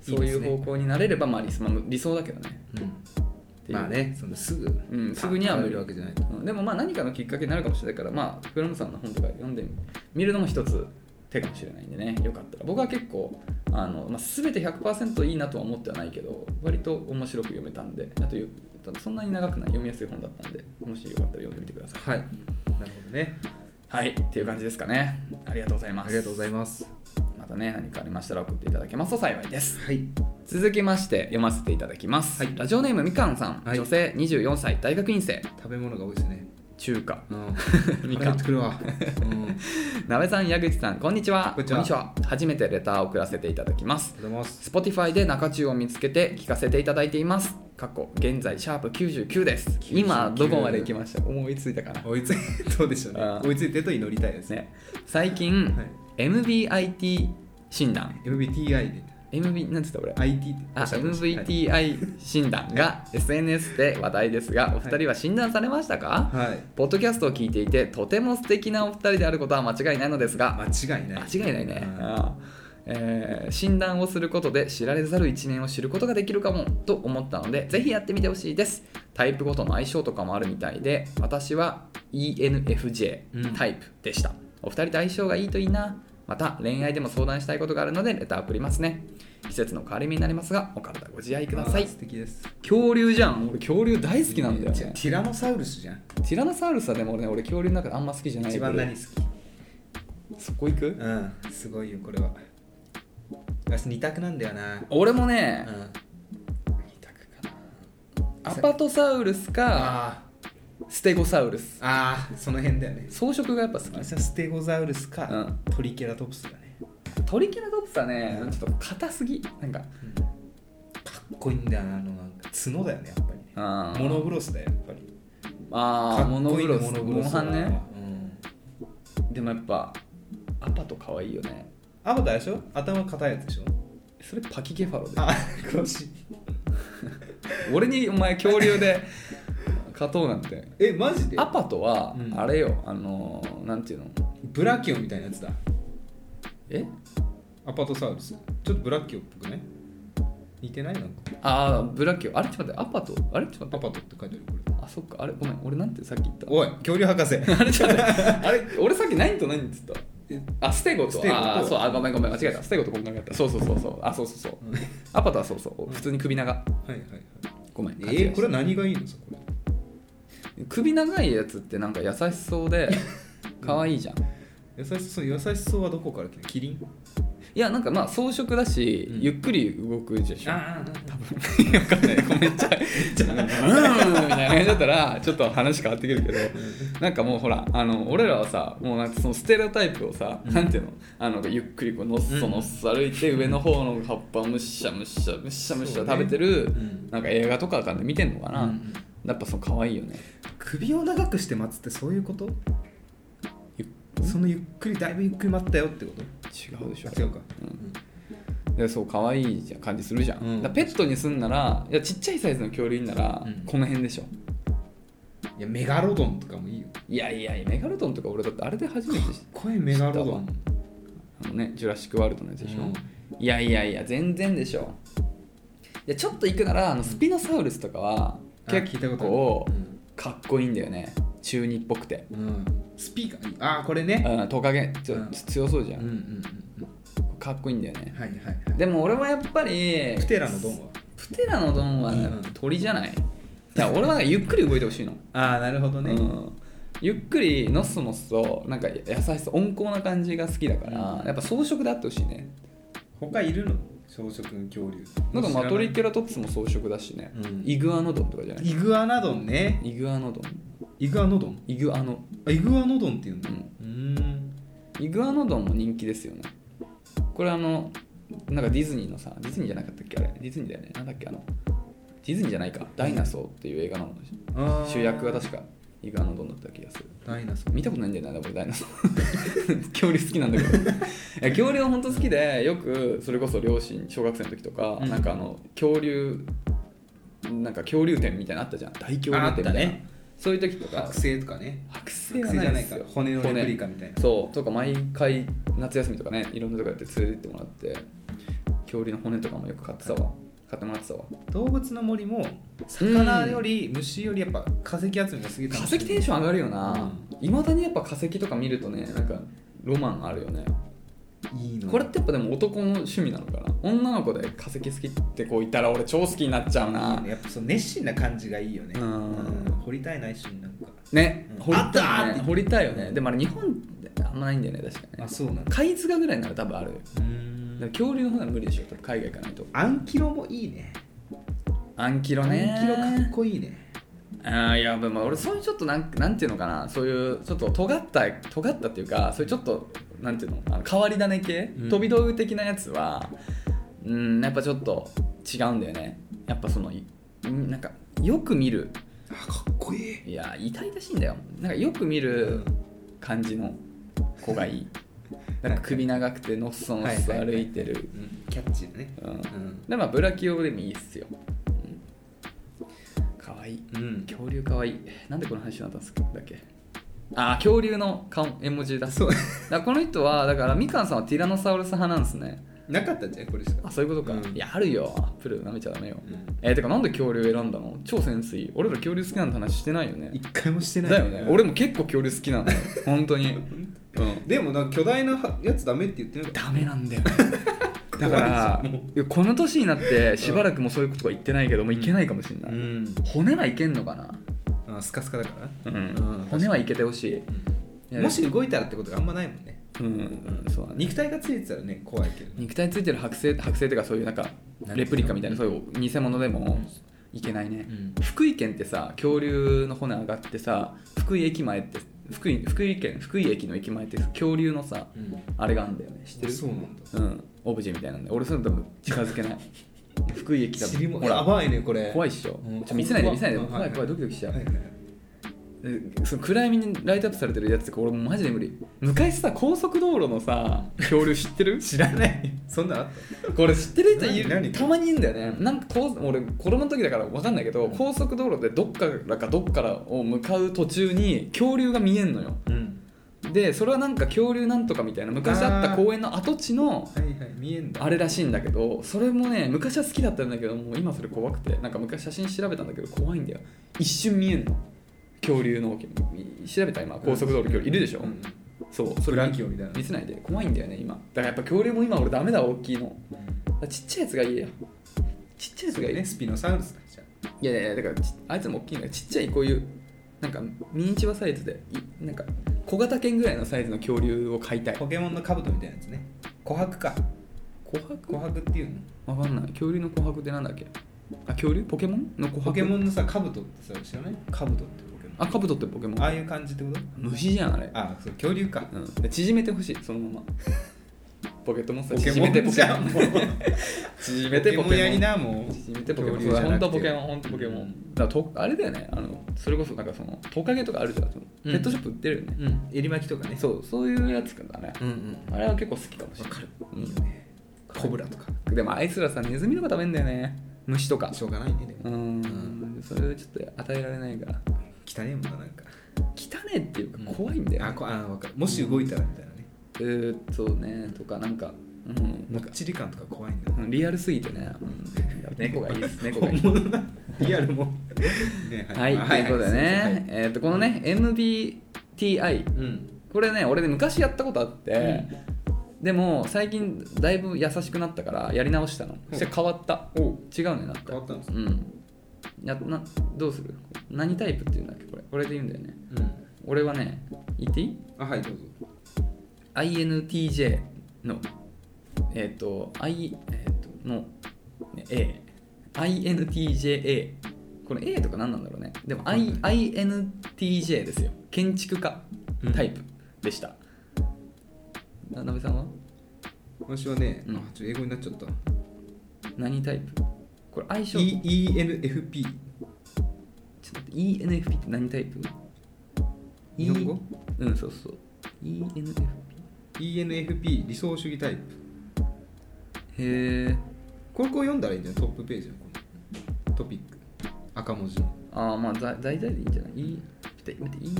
Speaker 2: そういう方向になれればまあ理想まあ理想だけどねっていう
Speaker 1: まあね、そのすぐ、
Speaker 2: うんすぐには
Speaker 1: 無
Speaker 2: 無
Speaker 1: 理
Speaker 2: 理
Speaker 1: わけじゃない。
Speaker 2: うんでもまあ何かのきっかけになるかもしれないからまあフラムさんの本とか読んでみるのも一つ手かもしれないんでねよかったら僕は結構あの、まあ、全て100%いいなとは思ってはないけど割と面白く読めたんであとゆそんなに長くない読みやすい本だったんでもしよかったら読んでみてくださ
Speaker 1: は
Speaker 2: い
Speaker 1: い。なるほどね。
Speaker 2: はいっていう感じですかねありがとうございます
Speaker 1: ありがとうござ
Speaker 2: い
Speaker 1: います。
Speaker 2: ますまたね何かありましたら送っていただけますと幸いです
Speaker 1: はい。
Speaker 2: 続きまして読ませていただきます、
Speaker 1: はい
Speaker 2: ラジオネームみかんさん、
Speaker 1: はい
Speaker 2: 女性24歳大学院生
Speaker 1: 食べ物が多いですね。
Speaker 2: 中華
Speaker 1: うん。
Speaker 2: みか
Speaker 1: 腹減
Speaker 2: ん
Speaker 1: ってくるわ。うん。
Speaker 2: 鍋さん矢口さんこんにちは
Speaker 1: こんにちは
Speaker 2: 初めてレターを送らせていただきます
Speaker 1: ありがとうございます。
Speaker 2: Spotify で中中を見つけて聞かせていただいています過去現在シャープ99です
Speaker 1: 99
Speaker 2: 今どこまで行きました思いついたかな、
Speaker 1: 追いついどうでしょうね
Speaker 2: あ。ー
Speaker 1: 追いついてると祈りたいですね。
Speaker 2: ね、最近、
Speaker 1: はい
Speaker 2: MBIT 診断
Speaker 1: MBTI で。
Speaker 2: MB なんつった俺
Speaker 1: IT って。
Speaker 2: あ
Speaker 1: はい。
Speaker 2: MVTI 診断が SNS で話題ですがお二人は診断されましたか、
Speaker 1: はい。
Speaker 2: ポッドキャストを聞いていてとても素敵なお二人であることは間違いないのですが
Speaker 1: 間違いない。
Speaker 2: 間違いないね、
Speaker 1: うん
Speaker 2: ああえー診断をすることで知られざる一面を知ることができるかもと思ったのでぜひやってみてほしいですタイプごとの相性とかもあるみたいで私は
Speaker 1: うん
Speaker 2: ENFJ タイプでした、お二人と相性がいいといいなまた恋愛でも相談したいことがあるのでレター送りますね季節の変わり目になりますがお体ご自愛くださ
Speaker 1: あ
Speaker 2: い
Speaker 1: ー素敵です。
Speaker 2: 恐竜じゃん俺恐竜大好きなんだよ、
Speaker 1: いや違う
Speaker 2: ね、
Speaker 1: ティラノサウルスじゃん。
Speaker 2: ティラノサウルスはでも俺,、ね、俺恐竜の中であんま好きじゃない
Speaker 1: 一
Speaker 2: けど
Speaker 1: 番何好き
Speaker 2: そこ行く
Speaker 1: うん、すごいよ、これは。私、二択なんだよな。
Speaker 2: 俺もね、
Speaker 1: うん。
Speaker 2: 二択かなアパトサウルスか
Speaker 1: あ
Speaker 2: ステゴサウルス
Speaker 1: ーあー、その辺だよね。
Speaker 2: 装飾がやっぱ好き
Speaker 1: 私はステゴザウルスか、
Speaker 2: うん
Speaker 1: トリケラトプスだね。
Speaker 2: トリケラトプスはねちょっと硬すぎな
Speaker 1: うん
Speaker 2: んか
Speaker 1: かっこいいんだよな、あの、なんか角だよね、やっぱりね。
Speaker 2: あ
Speaker 1: モノグロスだよ、やっぱり。
Speaker 2: あー
Speaker 1: か
Speaker 2: モ
Speaker 1: っ
Speaker 2: ノ
Speaker 1: こい
Speaker 2: グ
Speaker 1: いね
Speaker 2: ロスモンハンね。
Speaker 1: うん。
Speaker 2: でもやっぱアパト可愛いよね
Speaker 1: アバターでしょ頭硬いやつでしょ
Speaker 2: それパキケファロで
Speaker 1: あ、 詳しい。
Speaker 2: 俺にお前恐竜で勝とうなんて
Speaker 1: え、マジで
Speaker 2: アパトは
Speaker 1: うん
Speaker 2: あれよ、あのーなんていうの
Speaker 1: ブラキオみたいなやつだ。
Speaker 2: え
Speaker 1: アパトサウルス。ちょっとブラキオっぽくね似てないなんか。
Speaker 2: ああブラッキオあれちょっと待ってアパトあれちょっと
Speaker 1: ア
Speaker 2: 待
Speaker 1: パ
Speaker 2: っ
Speaker 1: ト
Speaker 2: て
Speaker 1: って書いてあるこれ。
Speaker 2: あそっかあれごめん俺なんてさっき言った
Speaker 1: おい、恐竜 博士。
Speaker 2: あれちょっと待ってあれ俺さっき何と何っつった
Speaker 1: え
Speaker 2: あステゴと
Speaker 1: ステゴと
Speaker 2: あそうあごめんごめん間違えたステゴとこんなのやったそうそうそうそうあそうそうそう
Speaker 1: うん
Speaker 2: アパトはそうそう普通に首長
Speaker 1: はいはいはい。
Speaker 2: ごめん
Speaker 1: え
Speaker 2: 勘違いした
Speaker 1: ー、これは何がいいんですかこれ。
Speaker 2: 首長いやつってなんか優しそうで可愛いじゃん
Speaker 1: 優しそう、優しそうはどこから来るキリン
Speaker 2: いやなんかまあ装飾だし、
Speaker 1: うん
Speaker 2: ゆっくり動くでしょ
Speaker 1: ああ、多分
Speaker 2: わかんないごめんちゃうんうんみたいな感じだったらちょっと話変わってくるけどなんかもうほらあの俺らはさもうなんかそのステレオタイプをさ、
Speaker 1: うん
Speaker 2: なんていうのあのゆっくりこうのっそのっそ歩いて上の方の葉っぱをむしゃむしゃむしゃむしゃ食べてる、
Speaker 1: うん
Speaker 2: なんか映画とかかね見てんのかな、
Speaker 1: うん
Speaker 2: やっぱその可愛いよね
Speaker 1: 首を長くして待つってそういうこと
Speaker 2: ゆ
Speaker 1: そのゆっくりだいぶゆっくり待ったよってこと
Speaker 2: 違うでしょ
Speaker 1: あ違うか
Speaker 2: でそう可愛いじゃん感じするじゃん、
Speaker 1: うん
Speaker 2: だからペットにすんならいやちっちゃいサイズの恐竜になら、
Speaker 1: うん
Speaker 2: この辺でしょ
Speaker 1: いやメガロドンとかもいいよ
Speaker 2: いやいやメガルトンとか俺だってあれで初めて知っ
Speaker 1: 声メガロドン
Speaker 2: あのねジュラシック・ワールドのやつでしょ、
Speaker 1: うん
Speaker 2: いやいやいや全然でしょいやちょっと行くならあのスピノサウルスとかは
Speaker 1: あ聞
Speaker 2: 結
Speaker 1: いたこと
Speaker 2: 構
Speaker 1: ある
Speaker 2: かっこいいんだよね中二っぽくて、
Speaker 1: うんうんスピーカーああこれね
Speaker 2: うん、トカゲちょ
Speaker 1: うん
Speaker 2: 強そうじゃ、
Speaker 1: うんんうんうん
Speaker 2: かっこいいんだよ
Speaker 1: うん
Speaker 2: ね
Speaker 1: はいはいはい
Speaker 2: でも俺はやっぱり
Speaker 1: プテラのドンは
Speaker 2: プテラのドンはね
Speaker 1: うん
Speaker 2: 鳥じゃないいや俺はなんかゆっくり動いてほしいの、
Speaker 1: ああなるほどね、
Speaker 2: うん、ゆっくりのっそのっそなんか優しさ温厚な感じが好きだから、
Speaker 1: うん
Speaker 2: やっぱ装飾であってほしいね
Speaker 1: 他いるの草食恐竜
Speaker 2: なんかマトリ
Speaker 1: 知
Speaker 2: ケラトプスも装飾だしね、
Speaker 1: うん
Speaker 2: イグアノドンとかじゃな
Speaker 1: らな
Speaker 2: い
Speaker 1: いイグアナドンね
Speaker 2: イグアノドン
Speaker 1: イグアノドン
Speaker 2: イグアノ
Speaker 1: あイグアノドンっていうんだ
Speaker 2: う
Speaker 1: うんーん
Speaker 2: イグアノドンも人気ですよねこれあのなんかディズニーのさディズニーじゃなかったっけあれディズニーだよねなんだっけあのディズニーじゃないかダイナソーっていう映画なの
Speaker 1: あー
Speaker 2: 主役が確かイグアノドンだった気がする
Speaker 1: ダイナソ
Speaker 2: 見たことないんだよな俺ダイナソー 恐竜好きなんだけどいや恐竜は本当好きでよくそれこそ両親小学生の時とか、
Speaker 1: うん
Speaker 2: なんかあの恐竜なんか恐竜展みたいなのあったじゃん大恐竜展みたいな
Speaker 1: あったね
Speaker 2: そういう時と
Speaker 1: ー
Speaker 2: か
Speaker 1: 剥製とかね
Speaker 2: 剥製
Speaker 1: 剥
Speaker 2: は
Speaker 1: 製じゃ
Speaker 2: な
Speaker 1: ないい
Speaker 2: で
Speaker 1: か
Speaker 2: すよ
Speaker 1: 骨のレプリカみたいな
Speaker 2: そうとか毎回夏休みとかねいろんなとこやって連れてってもらって恐竜の骨とかもよく買ってたわ買ってもらってたわ
Speaker 1: 動物の森も魚より虫よりやっぱ化石集めがすげえ
Speaker 2: 化
Speaker 1: 楽しい
Speaker 2: 石テンション上がるよないま、未だにやっぱ化石とか見るとねなんかロマンあるよね
Speaker 1: いいの
Speaker 2: これってやっぱでも男の趣味なのかな女の子で化石好きってこういたら俺超好きになっちゃう
Speaker 1: いい
Speaker 2: な
Speaker 1: ねやっぱその熱心な感じがいいよね
Speaker 2: うん
Speaker 1: うん掘りたいな一緒になんか
Speaker 2: ね
Speaker 1: うん
Speaker 2: 掘りたい
Speaker 1: あったーっ
Speaker 2: よ
Speaker 1: て
Speaker 2: ね掘りたいよねでもあれ日本であんまないんだよね確か
Speaker 1: あ
Speaker 2: ね
Speaker 1: そうなんだ
Speaker 2: 貝塚ぐらいなら多分あるよ
Speaker 1: うー
Speaker 2: でも
Speaker 1: ん
Speaker 2: 恐竜の方は無理でしょ多分海外行かないと
Speaker 1: アンキロもいいね
Speaker 2: アンキロ
Speaker 1: アン
Speaker 2: ね
Speaker 1: キロかっこいいね
Speaker 2: あーいやでも俺そういうちょっとなんなんていうのかなそういうちょっと尖った尖ったっていうかそういうちょっとなんていうのあの変わり種系、
Speaker 1: うん
Speaker 2: 飛び道具的なやつはうんやっぱちょっと違うんだよねやっぱそのいうんなんかよく見る
Speaker 1: あかっこいい
Speaker 2: いや痛々しいんだよなんかよく見る感じの子がいいなんか首長くてのっそのっそ歩いてる、
Speaker 1: うんキャッチーだね
Speaker 2: うん
Speaker 1: うん
Speaker 2: でまあブラキオでもいいっすよ、うん、かわいい
Speaker 1: うん
Speaker 2: 恐竜かわいいなんでこの話になったんですかだっけああ恐竜の顔絵文字だ
Speaker 1: そう
Speaker 2: だからこの人はだからみかんさんはティラノサウルス派なんですね
Speaker 1: なかったんじゃないこれしか
Speaker 2: あそういうことか、
Speaker 1: うん
Speaker 2: いやあるよアップル舐めちゃダメよ、
Speaker 1: うん
Speaker 2: えー、てかなんで恐竜選んだの超センスいい俺ら恐竜好きなんて話してないよね
Speaker 1: 一回もしてない
Speaker 2: だよね俺も結構恐竜好きなのよ本当にうん
Speaker 1: でもなんか巨大なやつダメって言ってなかっ
Speaker 2: ダメな んだよ
Speaker 1: た怖い
Speaker 2: だから
Speaker 1: じゃんも
Speaker 2: いやこの年になってしばらくもうそういうことは言ってないけどもういけないかもしれな
Speaker 1: う
Speaker 2: い、
Speaker 1: うん
Speaker 2: 骨はいけんのかな、
Speaker 1: あスカスカだから
Speaker 2: うん
Speaker 1: うん
Speaker 2: 骨はいけてほしいいや
Speaker 1: もし動いたらってことがあんまないもんね
Speaker 2: うん、そうだね
Speaker 1: 肉体がついてたらね怖いけどね
Speaker 2: 肉体ついてる剥製剥製とかそういうなんか
Speaker 1: 何
Speaker 2: レプリカみたいなそういう偽物でもいけないね、福井県ってさ恐竜の骨上がってさ福井駅前って福井福井県福井駅の駅前って恐竜のさ
Speaker 1: うん
Speaker 2: あれがあるんだよね知ってる
Speaker 1: そうなんだ
Speaker 2: うんオブジェみたいなんで俺それ多分近づけない福井駅だと
Speaker 1: 尻も
Speaker 2: ほ
Speaker 1: や
Speaker 2: ら
Speaker 1: ばいねこれ
Speaker 2: 怖い
Speaker 1: い
Speaker 2: っしょ,、
Speaker 1: うん
Speaker 2: ちょ見せないで見せないで
Speaker 1: うん
Speaker 2: 怖い怖いドキドキしちゃう、
Speaker 1: はいはい
Speaker 2: でその暗闇にライトアップされてるやつとか俺もうマジで無理昔さ高速道路のさ恐竜知ってる
Speaker 1: 知らないそんなのあっ
Speaker 2: これ知ってる人い
Speaker 1: 何何
Speaker 2: るたまにいるんだよねなんか高俺子供の時だから分かんないけど高速道路でどっからかどっからを向かう途中に恐竜が見えんのよ
Speaker 1: たうん
Speaker 2: でそれはなんか恐竜なんとかみたいな昔あった公園の跡地の
Speaker 1: はいはい見えんだ
Speaker 2: あれらしいんだけどそれもね昔は好きだったんだけどもう今それ怖くてなんか昔写真調べたんだけど怖いんだよ一瞬見えんの恐竜の調べた今高速道路恐竜いるでしょ、
Speaker 1: うん
Speaker 2: そうそ
Speaker 1: ブ
Speaker 2: れ
Speaker 1: ラキオみたいな
Speaker 2: 見せないで怖いんだよね今だからやっぱ恐竜も今俺ダメだわ大きいの
Speaker 1: うん
Speaker 2: だからちっちゃいやつがいいやちっちゃいやつ
Speaker 1: そう
Speaker 2: がいい、
Speaker 1: ねスピノサウルスだじゃ
Speaker 2: いやいやいやだからちあいつも大きいのよちっちゃいこういうなんかミニチュアサイズでいなんか小型犬ぐらいのサイズの恐竜を飼いた
Speaker 1: あ
Speaker 2: い
Speaker 1: ポケモンのカブトみたいなやつね琥珀か
Speaker 2: 琥珀
Speaker 1: 琥珀っていうの
Speaker 2: わかんない恐竜の琥珀ってなんだっけあ恐竜ポケモンの琥珀
Speaker 1: ポケモ
Speaker 2: ン
Speaker 1: ンのさ、カブトってさ、知らないカブトってポケモン。
Speaker 2: あカブトってポケモン
Speaker 1: ああいう感じってこと
Speaker 2: 虫じゃんあれ、
Speaker 1: あ、そう、恐竜か。
Speaker 2: うん、で縮めてほしいそのままポケットモンスタ
Speaker 1: ポ
Speaker 2: ー
Speaker 1: ケ
Speaker 2: 縮
Speaker 1: モ
Speaker 2: めて
Speaker 1: ン
Speaker 2: ポ
Speaker 1: じ
Speaker 2: ケ
Speaker 1: ゃ
Speaker 2: モ
Speaker 1: ん、
Speaker 2: ン
Speaker 1: もう。
Speaker 2: 縮め
Speaker 1: ポ
Speaker 2: て
Speaker 1: ケ
Speaker 2: ポ
Speaker 1: モ
Speaker 2: ケ
Speaker 1: ン
Speaker 2: モン
Speaker 1: やりな、もう。
Speaker 2: 縮めてポケモン
Speaker 1: 恐竜じゃな
Speaker 2: ほ
Speaker 1: く
Speaker 2: ん
Speaker 1: て
Speaker 2: とポケモンほんとポケモン、
Speaker 1: う
Speaker 2: だからとあれだよねあのそれこそなんかそのトカゲとかあるじゃんそのペットショップ売ってるよね、
Speaker 1: うん、襟巻きとかね。
Speaker 2: そうそういうやつだね、
Speaker 1: うんうん。
Speaker 2: あれは結構好きかもし
Speaker 1: わ
Speaker 2: れな
Speaker 1: か
Speaker 2: い
Speaker 1: る。
Speaker 2: うん
Speaker 1: いいよね。コブラとか。
Speaker 2: でもあいつらさネズミとか食べんだよね虫とか
Speaker 1: しょうがないね、でも。
Speaker 2: うん
Speaker 1: ん
Speaker 2: それをちょっと与えられないから
Speaker 1: 汚ねえもんな、なんか。
Speaker 2: 汚ねっていうか
Speaker 1: うん
Speaker 2: 怖いんだよ、
Speaker 1: あ、こあわかる。もし動いたらみたいなね。
Speaker 2: えーっとねとかなんか,、うん、
Speaker 1: も
Speaker 2: な
Speaker 1: っ
Speaker 2: んか
Speaker 1: ちり感とか怖いんだよ
Speaker 2: う。んリアルすぎてね、うん、猫がいいです猫がいい
Speaker 1: 本物なリアルも。ね
Speaker 2: はい、ということで。
Speaker 1: は
Speaker 2: ね、えーっとこのね MBTI
Speaker 1: はいうん。
Speaker 2: これね俺ね昔やったことあって、でも最近だいぶ優しくなったからやり直したのそして変わった
Speaker 1: おう
Speaker 2: 違うねなった
Speaker 1: 変わったんですか
Speaker 2: うんやなどうする何タイプっていうんだっけこれこれで言うんだよね
Speaker 1: うん。
Speaker 2: 俺はね言っていい
Speaker 1: あ、はい、どうぞ。
Speaker 2: ?INTJ のえっ、と I えっ、との、ね、A INTJA この A とか何なんだろうねでも、I、INTJ ですよ建築家タイプでした、ななべさんは
Speaker 1: 私はね、
Speaker 2: うん
Speaker 1: あちょっと英語になっちゃった。
Speaker 2: 何タイプこれ相性
Speaker 1: E- ENFP。
Speaker 2: ちょっと待って ENFP って何タイプ
Speaker 1: 日本語
Speaker 2: E- うんそうそう ENFP
Speaker 1: ENFP 理想主義タイプ。
Speaker 2: へえ
Speaker 1: これこう読んだらいいんじゃないトップページのこのトピック。赤文字の。
Speaker 2: ああまあ在在在でいいんじゃない E 待って待って E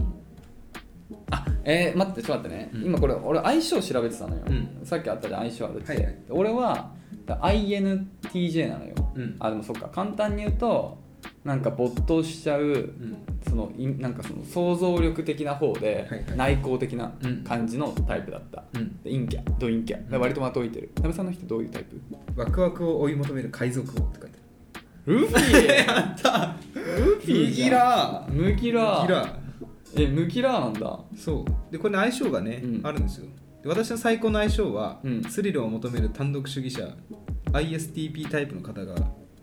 Speaker 2: あえー、待ってちょっと待ってね、
Speaker 1: うん
Speaker 2: 今これ俺相性調べてたのよ、
Speaker 1: うん
Speaker 2: さっきあったじゃん相性あるって、
Speaker 1: はいはい
Speaker 2: 俺はだ INTJ なのよ、
Speaker 1: うん
Speaker 2: あでもそっか簡単に言うとなんか没頭しちゃう、
Speaker 1: うん。
Speaker 2: そのいなんかその想像力的な方で
Speaker 1: はいはい
Speaker 2: 内向的な感じのタイプだった、
Speaker 1: うん。
Speaker 2: で陰キャド陰キャだから割とまといてるなべさんの人どういうタイプ
Speaker 1: ワクワクを追い求める海賊王って書いて
Speaker 2: ルフィ
Speaker 1: ある。
Speaker 2: ィじゃん
Speaker 1: ラ
Speaker 2: ムキラー
Speaker 1: ギラ
Speaker 2: えムキラーなんだ
Speaker 1: ー。そう。で、これね、相性がね、
Speaker 2: うん
Speaker 1: あるんですよ。で私の最高の相性は、
Speaker 2: うん
Speaker 1: スリルを求める単独主義者 ISTP タイプの方が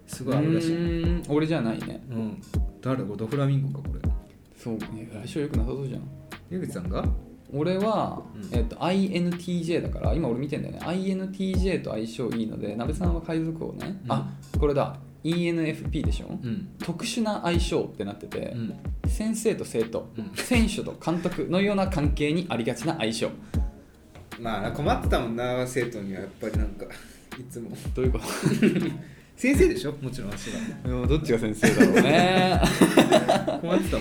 Speaker 1: すごいあるらし
Speaker 2: う
Speaker 1: い。
Speaker 2: ーん俺じゃないね
Speaker 1: うん。誰だこれドフラミンゴかこれ。
Speaker 2: そうね相性良くなさそうじゃん
Speaker 1: 江口さんが
Speaker 2: 俺は、
Speaker 1: うん
Speaker 2: えっと INTJ だから今俺見てんだよね INTJ と相性いいのでなべさんは海賊王ね、
Speaker 1: うん
Speaker 2: あこれだ ENFP でしょ、
Speaker 1: うん。
Speaker 2: 特殊な相性ってなってて、
Speaker 1: うん。
Speaker 2: 先生と生徒、
Speaker 1: うん
Speaker 2: 選手と監督のような関係にありがちな相性
Speaker 1: まあ困ってたもんな生徒にはやっぱりなんかいつも
Speaker 2: どう いうこ
Speaker 1: 先生でしょもちろん私
Speaker 2: とどっちが先生だろうね、
Speaker 1: は困ってた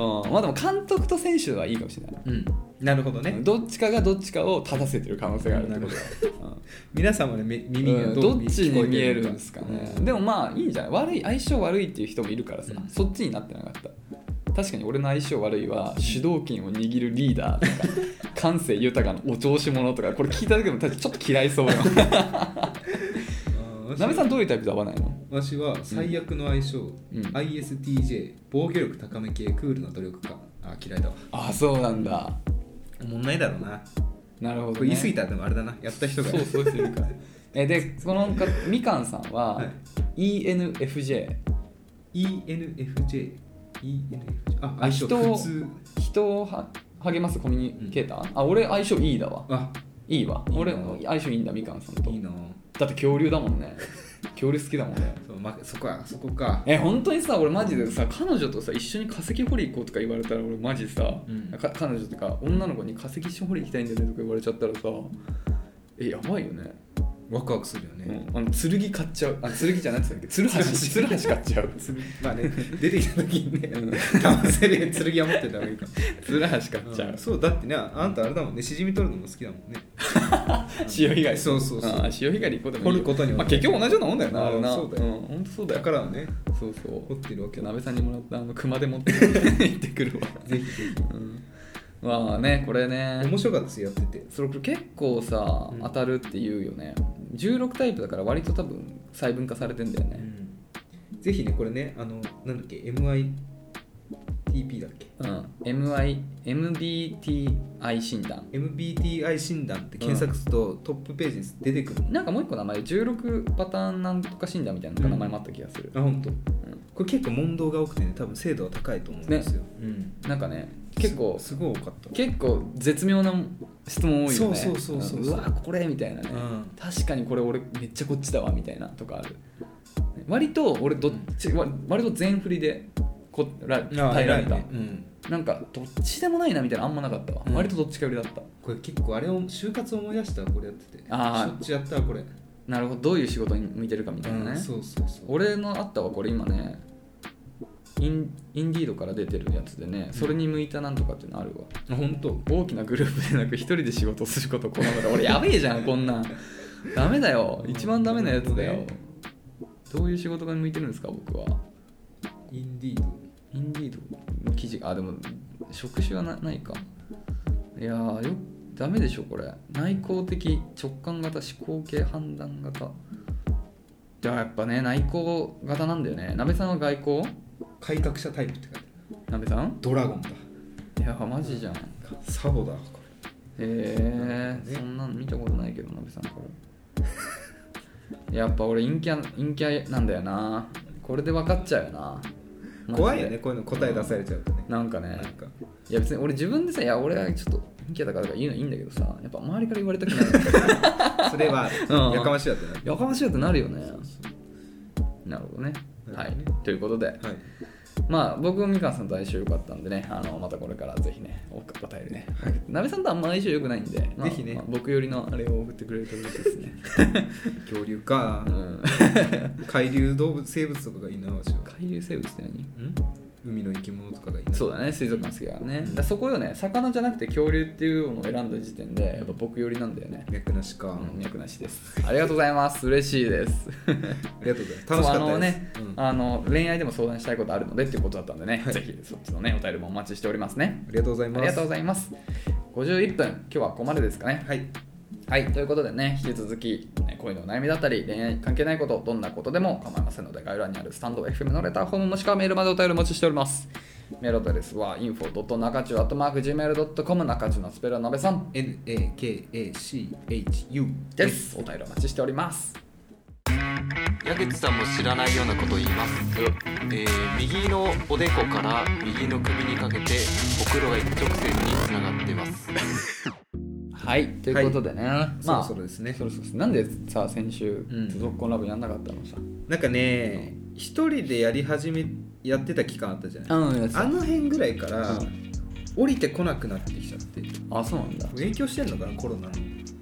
Speaker 1: もんな
Speaker 2: うん、まあでも監督と選手はいいかもしれない
Speaker 1: うんなるほどね
Speaker 2: どっちかがどっちかを正せてる可能性があるってことだ、
Speaker 1: 皆様のめ
Speaker 2: うん
Speaker 1: 耳には
Speaker 2: うん
Speaker 1: ど
Speaker 2: ど
Speaker 1: う
Speaker 2: っちに見えるんですか
Speaker 1: 聞こえ
Speaker 2: ね
Speaker 1: て、る
Speaker 2: でもまあいいんじゃない悪い相性悪いっていう人もいるからさ、
Speaker 1: うん
Speaker 2: そっちになってなかった確かに俺の相性悪いは主導権を握るリーダーとか感性豊かなお調子者とかこれ聞いただけでも確かにちょっと嫌い そうよ
Speaker 1: うん
Speaker 2: なべさんどういうタイプと合わないの
Speaker 1: 私は最悪の相性、
Speaker 2: うん
Speaker 1: ISTJ 防御力高め系クールな努力家あ嫌いだわ
Speaker 2: あそうなんだ
Speaker 1: もんないだろうな
Speaker 2: なるほど、
Speaker 1: これ
Speaker 2: ね、
Speaker 1: 言い過ぎたらでもあれだなやった人が
Speaker 2: そうそういう人いるからえでこのかみかんさんは
Speaker 1: は
Speaker 2: ENFJ
Speaker 1: ENFJ ENFJ あ
Speaker 2: あ
Speaker 1: 相性
Speaker 2: 人を
Speaker 1: 普通
Speaker 2: 人をは励ますコミュニケーター、あ俺相性いいだわ
Speaker 1: あ
Speaker 2: いいわ
Speaker 1: いいな
Speaker 2: 俺相性いいんだみかんさんと
Speaker 1: いいな
Speaker 2: だって恐竜だもんね恐竜好きだもんね
Speaker 1: そう、ま、そこはそこか
Speaker 2: え本当にさ俺マジでさ彼女とさ一緒に化石掘り行こうとか言われたら俺マジさ、
Speaker 1: うん
Speaker 2: か彼女とか女の子に化石掘り行きたいんだよねとか言われちゃったらさえやばいよね
Speaker 1: ワクワクするよね、
Speaker 2: うん、あの剣買っちゃうあ剣じゃなくてつるはしつるはし買っちゃ う
Speaker 1: まあね、出てきた時にね、
Speaker 2: うん
Speaker 1: 騙せる剣は持ってた方がいいか
Speaker 2: つるはし買っちゃ
Speaker 1: ら、
Speaker 2: う、
Speaker 1: そうだってねあんたあれだもんねしじみ取るのも好きだもんね
Speaker 2: 潮干狩り
Speaker 1: そうそうそう
Speaker 2: あー潮干狩り行こうでもいいよ
Speaker 1: 掘ることによって
Speaker 2: まあ、結局同じようなもんだよな
Speaker 1: あー
Speaker 2: あれな
Speaker 1: そうだよ
Speaker 2: ん、本当そうだ
Speaker 1: だ
Speaker 2: よ
Speaker 1: からね
Speaker 2: そうそう
Speaker 1: 掘ってるわけ
Speaker 2: な
Speaker 1: だ
Speaker 2: べさんにもらったあの熊で持って 行ってくるわ
Speaker 1: ぜひぜ
Speaker 2: うんまあねこれね
Speaker 1: ひ面白かったですよやってて
Speaker 2: それこれ結構さ、
Speaker 1: うん
Speaker 2: 当たるって言うよね16タイプだから割と多分細分化されてんだよね、
Speaker 1: ぜひねこれねあのなんだっけ MITI TP だっけ
Speaker 2: うん、MI MBTI 診断
Speaker 1: MBTI 診断って検索するとトップページに出てくるの、
Speaker 2: なんかもう一個名前16パターンなんとか診断みたいな名前もあった気がする、
Speaker 1: あ本当。これ結構問答が多くてね多分精度は高いと思うんですよ、うん、
Speaker 2: なんかね結構
Speaker 1: すすごい多かった
Speaker 2: 結構絶妙な質問多いよね
Speaker 1: そうそうそうそうん
Speaker 2: わこれみたいなね、
Speaker 1: うん
Speaker 2: 確かにこれ俺めっちゃこっちだわみたいなとかある割と俺どっち、わ割と全振りでこら
Speaker 1: あ
Speaker 2: 耐えられた、
Speaker 1: 偉いねうん、
Speaker 2: なんかどっちでもないなみたいなのあんまなかったわ、
Speaker 1: うん
Speaker 2: 割とどっちか寄りだった
Speaker 1: これ結構あれを就活思い出したわこれやってて
Speaker 2: あ
Speaker 1: し
Speaker 2: ー
Speaker 1: ょっちゅうやったわこれ、
Speaker 2: なるほどどういう仕事に向いてるかみたいなね、
Speaker 1: うんそうそうそう
Speaker 2: 俺のあったわこれ今ねインインディードから出てるやつでねそれに向いたなんとかっていうのあるわ
Speaker 1: あ本当
Speaker 2: 大きなグループでなく一人で仕事することを好むだ俺やべえじゃんこんなんダメだよ一番ダメなやつだよどういう仕事が向いてるんですか僕は
Speaker 1: インディード
Speaker 2: インディードの記事あでも職種はなないかいやーよダメでしょこれ内向的直感型思考系判断型じゃあやっぱね内向型なんだよねなべさんは外向
Speaker 1: 改革者タイプって書いてある
Speaker 2: なべさん
Speaker 1: ドラゴンだ
Speaker 2: いやマジじゃんへ
Speaker 1: サボだわこ
Speaker 2: えー、そんなの見たことないけどなべさんからやっぱ俺陰キャ陰キャなんだよなこれで分かっちゃうよな
Speaker 1: れ
Speaker 2: マジで
Speaker 1: 怖いよねこういうの答え出されちゃうとね、
Speaker 2: なんかね
Speaker 1: なんか
Speaker 2: いや別に俺自分でさいや俺はちょっと陰キャだからとか言うのいいんだけどさやっぱ周りから言われたくない
Speaker 1: それは
Speaker 2: うん
Speaker 1: やかましいやってな
Speaker 2: やかましいよってなるよねなるほどね
Speaker 1: な
Speaker 2: は
Speaker 1: るほ
Speaker 2: い
Speaker 1: どね
Speaker 2: ということで
Speaker 1: はい
Speaker 2: まあ僕もみかんさんと相性良かったんでねあのまたこれからぜひねおお便りねなべさんとあんま相性良くないんで、まあ
Speaker 1: ぜひね
Speaker 2: まあ僕よりのあれを送ってくれると嬉しいですね
Speaker 1: 恐竜か
Speaker 2: うん
Speaker 1: 海流動物生物とかがいいなわしは
Speaker 2: 海流生物って何
Speaker 1: ん海の生き物とかがいいな
Speaker 2: そう
Speaker 1: だ
Speaker 2: だね水族館好きだからね、だからそこよね魚じゃなくて恐竜っていうのを選んだ時点でやっぱ僕よりなんだよね
Speaker 1: 脈なしか、
Speaker 2: うん脈なしですありがとうございます嬉しい です
Speaker 1: ありがとうございます楽しか
Speaker 2: そうあ
Speaker 1: った
Speaker 2: の
Speaker 1: です
Speaker 2: ね、
Speaker 1: うん
Speaker 2: あの恋愛でも相談したいことあるのでっていうことだったんでね、ぜひそっちのねお便りもお待ちしておりますね
Speaker 1: ありがとうござい
Speaker 2: あ
Speaker 1: ます
Speaker 2: りがとうございます51分今日はここまでですかね
Speaker 1: はい
Speaker 2: はいということでね引き続きね恋のお悩みだったり恋愛に関係ないことどんなことでも構いませんので概要欄にあるスタンド FM のレターフォームもしくはメールまでお便りお待ちしておりますメールアドレスは info.nakachu.gmail.com 中中のスペルはなべさん
Speaker 1: NAKACHU
Speaker 2: ですお便りお待ちしております
Speaker 3: 矢口さんも知らないようなことを言います、えー右のおでこから右の首にかけてほくろが一直線につながっています
Speaker 2: はいということでね、
Speaker 1: そ
Speaker 2: まあ
Speaker 1: ろそろですね
Speaker 2: そうそうそうなんでさ先週
Speaker 1: うん
Speaker 2: 「ゾッコンラブ」やんなかったのさ
Speaker 1: なんかね一人でやり始めやってた期間あったじゃない
Speaker 2: うん
Speaker 1: あ
Speaker 2: あ
Speaker 1: の辺ぐらいから
Speaker 2: う
Speaker 1: 降りてこなくなってきちゃって
Speaker 2: あそうなんだ
Speaker 1: 影響してんのかなコロナの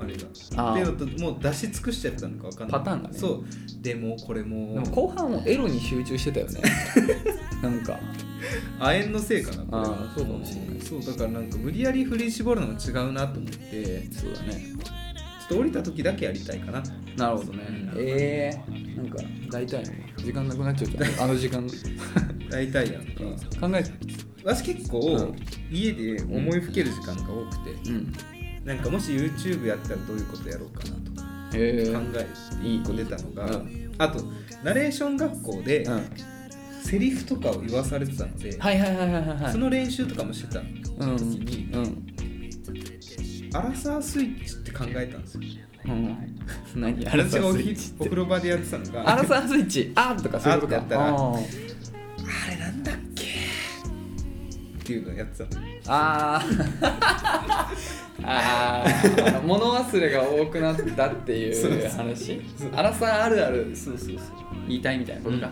Speaker 1: あれが
Speaker 2: あー
Speaker 1: っていうのともう出し尽くしちゃったのかわかんない
Speaker 2: パターンがね
Speaker 1: そうでもこれ
Speaker 2: で
Speaker 1: も
Speaker 2: も後半もエロに集中してたよ ねなんか
Speaker 1: 亜鉛のせいかなこれ
Speaker 2: あーそうかもしれない
Speaker 1: そうだからなんか無理やり振り絞るのも違うなと思ってち
Speaker 2: そうだね
Speaker 1: ょっと降りた時だけやりたいかな
Speaker 2: なるほどねええなんか大体時間なくなっちゃうからあの時間
Speaker 1: 大体やんか
Speaker 2: 考えて
Speaker 1: 私結構家で思いふける時間が多くて
Speaker 2: うん
Speaker 1: なんかもし YouTube やったらどういうことやろうかなとか
Speaker 2: え
Speaker 1: 考
Speaker 2: え
Speaker 1: えて
Speaker 2: いい
Speaker 1: 一個出たのが、
Speaker 2: う
Speaker 1: あとナレーション学校で
Speaker 2: うん
Speaker 1: セリフとかを言わされてたので、
Speaker 2: はいはいはいはいはい
Speaker 1: その練習とかもしてたの
Speaker 2: うん
Speaker 1: 時に
Speaker 2: うん
Speaker 1: アラサースイッチって考えたんですよ
Speaker 2: うん何 アラ
Speaker 1: 私
Speaker 2: サ
Speaker 1: がお
Speaker 2: ースイ
Speaker 1: ひ
Speaker 2: ッチっ
Speaker 1: お
Speaker 2: て
Speaker 1: 風呂場でやってたのが
Speaker 2: アラサースイッチあーとかそういうこと
Speaker 1: あーってやっ
Speaker 2: か
Speaker 1: たら
Speaker 2: あー
Speaker 1: あれなんだっけっていうのやってたの
Speaker 2: あー あー物忘れが多くなったっていう話あらさんあるある
Speaker 1: そうそうそう
Speaker 2: 言いたいみたいなことか、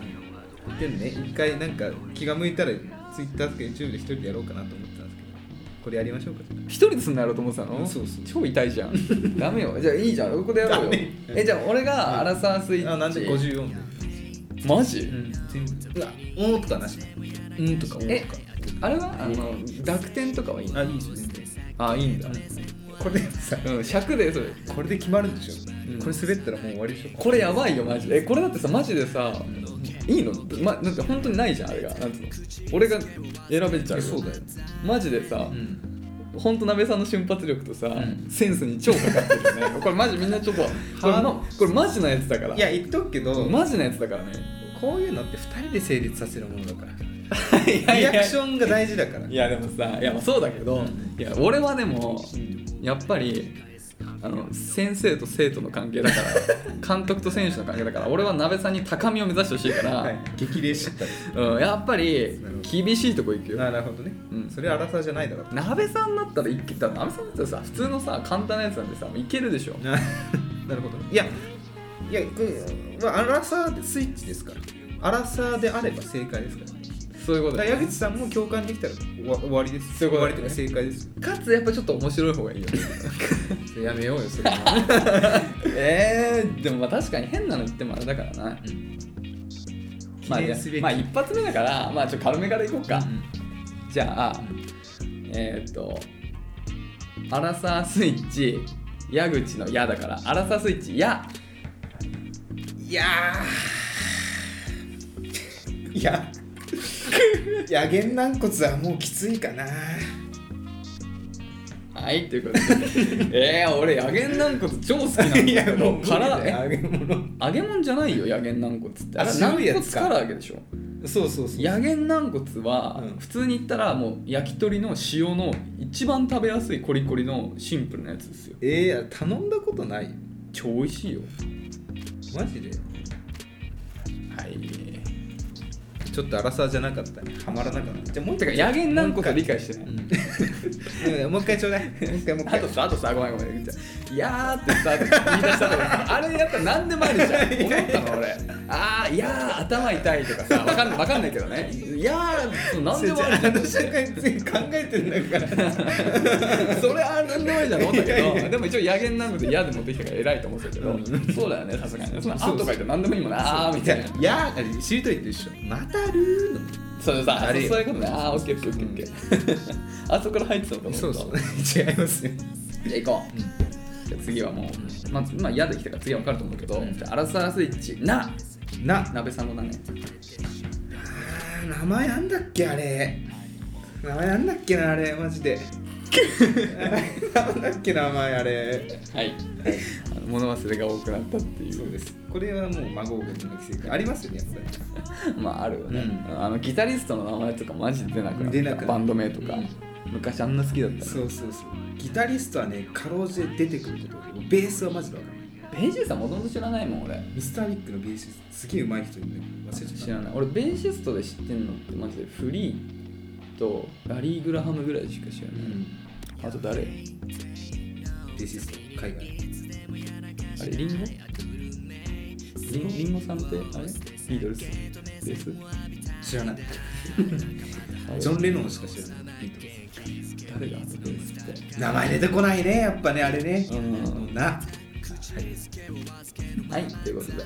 Speaker 1: でもね一回なんか気が向いたら Twitter とか YouTube で一人でやろうかなと思ってたんですけどこれやりましょうか
Speaker 2: 一人ですんのやろうと思ってたの
Speaker 1: そうそう
Speaker 2: 超痛いじゃ んダメよじゃあいいじゃんここでやろうよ
Speaker 1: ダメ
Speaker 2: えじゃあ俺がアラサースイッチ
Speaker 1: あなんで54で
Speaker 2: マジ、
Speaker 1: うん全然うわおーとかなしうんとかおー
Speaker 2: え
Speaker 1: とか
Speaker 2: あれはあの濁点とかはいいの
Speaker 1: あいいです全然
Speaker 2: あいいんだ、
Speaker 1: これさ
Speaker 2: うん、尺でそれ
Speaker 1: これで決まるんでしょ、
Speaker 2: うん
Speaker 1: これ滑ったらもう終わりでしょ
Speaker 2: これやばいよマジでえこれだってさマジでさいいの、ま、なんて本当にないじゃんあれがなんつうの俺が選べちゃうよ
Speaker 1: そうだよ
Speaker 2: マジでさ、
Speaker 1: ん
Speaker 2: ほんと鍋さんの瞬発力とさ、
Speaker 1: ん
Speaker 2: センスに超かかってるよねこれマジみんなちょっとこれ,、ま、これマジなやつだから
Speaker 1: いや言っとくけど、
Speaker 2: マジなやつだからね
Speaker 1: こういうのって2人で成立させるものだから
Speaker 2: いやい
Speaker 1: リ
Speaker 2: や
Speaker 1: アクションが大事だから
Speaker 2: いやでもさいやまあそうだけど、いや俺はでも
Speaker 1: うん
Speaker 2: やっぱりあの先生と生徒の関係だから 監督と選手の関係だから俺は鍋さんに高みを目指してほしいから、
Speaker 1: はい、激励しちゃったり
Speaker 2: うん、やっぱり
Speaker 1: なるほ
Speaker 2: 厳しいとこ行くよ
Speaker 1: なるほどね、
Speaker 2: うん
Speaker 1: それは荒さじゃないだろう
Speaker 2: 鍋さんだったらいけたら鍋さんだったらさ普通のさ簡単なやつなんてさいけるでしょ
Speaker 1: ななるほどねいやいやこれまあ荒さスイッチですから荒さであれば正解ですから
Speaker 2: そういうこ
Speaker 1: だ
Speaker 2: と
Speaker 1: か
Speaker 2: だ
Speaker 1: ら
Speaker 2: よ
Speaker 1: 矢口さんも共感できたら終わ終わりです
Speaker 2: そういう
Speaker 1: 終
Speaker 2: ことだね
Speaker 1: わりというか正解です
Speaker 2: かつやっぱちょっと面白い方が いいよね
Speaker 1: やめようよそれ
Speaker 2: えー、でもまあ確かに変なの言ってもあれだからな、まあ、
Speaker 1: 記念すべき
Speaker 2: まあ一発目だからまあちょっと軽めからいこうか、じゃあ、えー、っとアラサースイッチ矢口の矢だからアラサースイッチ矢
Speaker 1: いやーいややげん軟骨はもうきついかな
Speaker 2: はいということ でえー、俺ヤゲン軟骨超好きなんだ
Speaker 1: い
Speaker 2: け
Speaker 1: やもう
Speaker 2: ど
Speaker 1: 無理だ
Speaker 2: から
Speaker 1: よ
Speaker 2: え
Speaker 1: 揚げ物
Speaker 2: 揚げ物じゃないよヤゲン軟骨って
Speaker 1: あ
Speaker 2: あれ軟
Speaker 1: 白いや
Speaker 2: 骨
Speaker 1: つか
Speaker 2: から揚げでしょ
Speaker 1: そうそうそう
Speaker 2: ヤゲン軟骨は
Speaker 1: うん
Speaker 2: 普通に言ったらもう焼き鳥の塩の一番食べやすいコリコリのシンプルなやつですよ
Speaker 1: えー、頼んだことないよ
Speaker 2: 超美味しいよ
Speaker 1: マジで
Speaker 2: はい
Speaker 1: ちょっと荒さじゃなかったねはまらなかったじゃあもう一
Speaker 2: てか
Speaker 1: 回
Speaker 2: ヤゲン軟骨は理解してない
Speaker 1: うんもう一回ちょ うだいもう一回もう一
Speaker 2: あ
Speaker 1: 回
Speaker 2: とさ、あとさ、ごめんごめん。いやーってさ、言い出したとこあれやったら何でもありじゃん。思ったの俺。あー、いやー、頭痛いとかさ、わかんわかんないけどね。いやー、そう何でもありじゃん。
Speaker 1: の社会全員考えてんだから
Speaker 2: それあ何でもありじゃんと思ったけ
Speaker 1: いやいや
Speaker 2: ど、でも一応、野源なので嫌で持ってきたから偉いと思ってたけど、そうだよね、さすがに。そのあ
Speaker 1: そう
Speaker 2: とか言って何でもいいもんな、 あーみたいな。
Speaker 1: いやー知りといって一緒またるーの
Speaker 2: それさ、
Speaker 1: あれよ
Speaker 2: そういうことね。あー、オッケーオッケーオッケーオッケー。あそこから入ってたのかと思った
Speaker 1: そうそう 違いますよ、
Speaker 2: じゃあ行こう。じゃあ次はもう、まず、まあ、嫌できたから次は分かると思うけど
Speaker 1: う、ん
Speaker 2: じゃあアラサースイッチ、な、
Speaker 1: なあ
Speaker 2: 鍋さんのだね。
Speaker 1: ー名前なんだっけあれ名前なんだっけなあれマジでなんだっけ名前あれ
Speaker 2: はい。あの物忘れが多くなったっていう。
Speaker 1: すこれはもう孫をの奇跡ありますよねやっ
Speaker 2: まああるよね、
Speaker 1: う
Speaker 2: あのギタリストの名前とかマジで出なくなった
Speaker 1: 出なくなった
Speaker 2: バンド名とか、
Speaker 1: う
Speaker 2: 昔あんな好きだっ
Speaker 1: り
Speaker 2: た
Speaker 1: そうそうそうギタリストはねかろうじて出てくることが多いベースはマジで分かる
Speaker 2: ベーシストはもともと知らないもん俺
Speaker 1: ミスタービッグのベーシストすげえ上手い人いるね忘れちゃった
Speaker 2: 知らない俺ベーシストで知ってんのってマジでフリーとラリー・グラハムぐらいしか知ら
Speaker 1: う
Speaker 2: ない、
Speaker 1: ん
Speaker 2: あと誰
Speaker 1: ベーシスト海外
Speaker 2: あれリンゴリンゴリンゴさんってあれビートルズベース
Speaker 1: 知らない
Speaker 2: あれ
Speaker 1: ジョン・レノンしか知らないビートル
Speaker 2: 誰がベースって
Speaker 1: ズ名前出てこないねやっぱねあれね
Speaker 2: うん
Speaker 1: な
Speaker 2: はいということで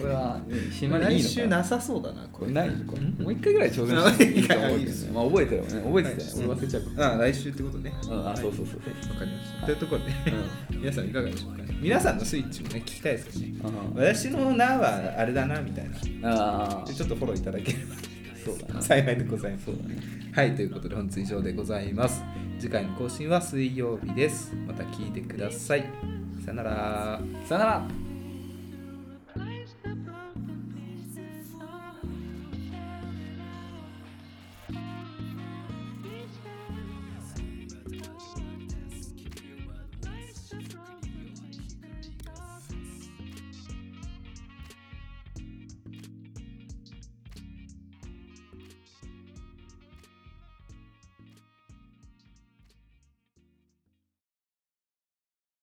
Speaker 2: これは締まりいい
Speaker 1: 来
Speaker 2: のか
Speaker 1: 週
Speaker 2: な
Speaker 1: なさそうだなこ
Speaker 2: こ
Speaker 1: れ
Speaker 2: れないこれもう一回ぐらい 挑戦してもいいと思うけどね。まあ覚えてるもんね。覚えてたよ。俺忘れちゃうか
Speaker 1: ああ来週ってことね
Speaker 2: ら。うん、あ、そうそうそう。
Speaker 1: わかりましたというところで
Speaker 2: う
Speaker 1: 皆さんいかがでしょうかね皆さんのスイッチもね聞きたいですけどね
Speaker 2: うん
Speaker 1: 私の「な」はあれだなみたいなで
Speaker 2: ああ、
Speaker 1: ちょっとフォローいただければ
Speaker 2: そうだな。
Speaker 1: 幸いでございます
Speaker 2: そうだね。
Speaker 1: はいということで本日以上でございます次回の更新は水曜日ですまた聞いてくださいさよなら
Speaker 2: さよなら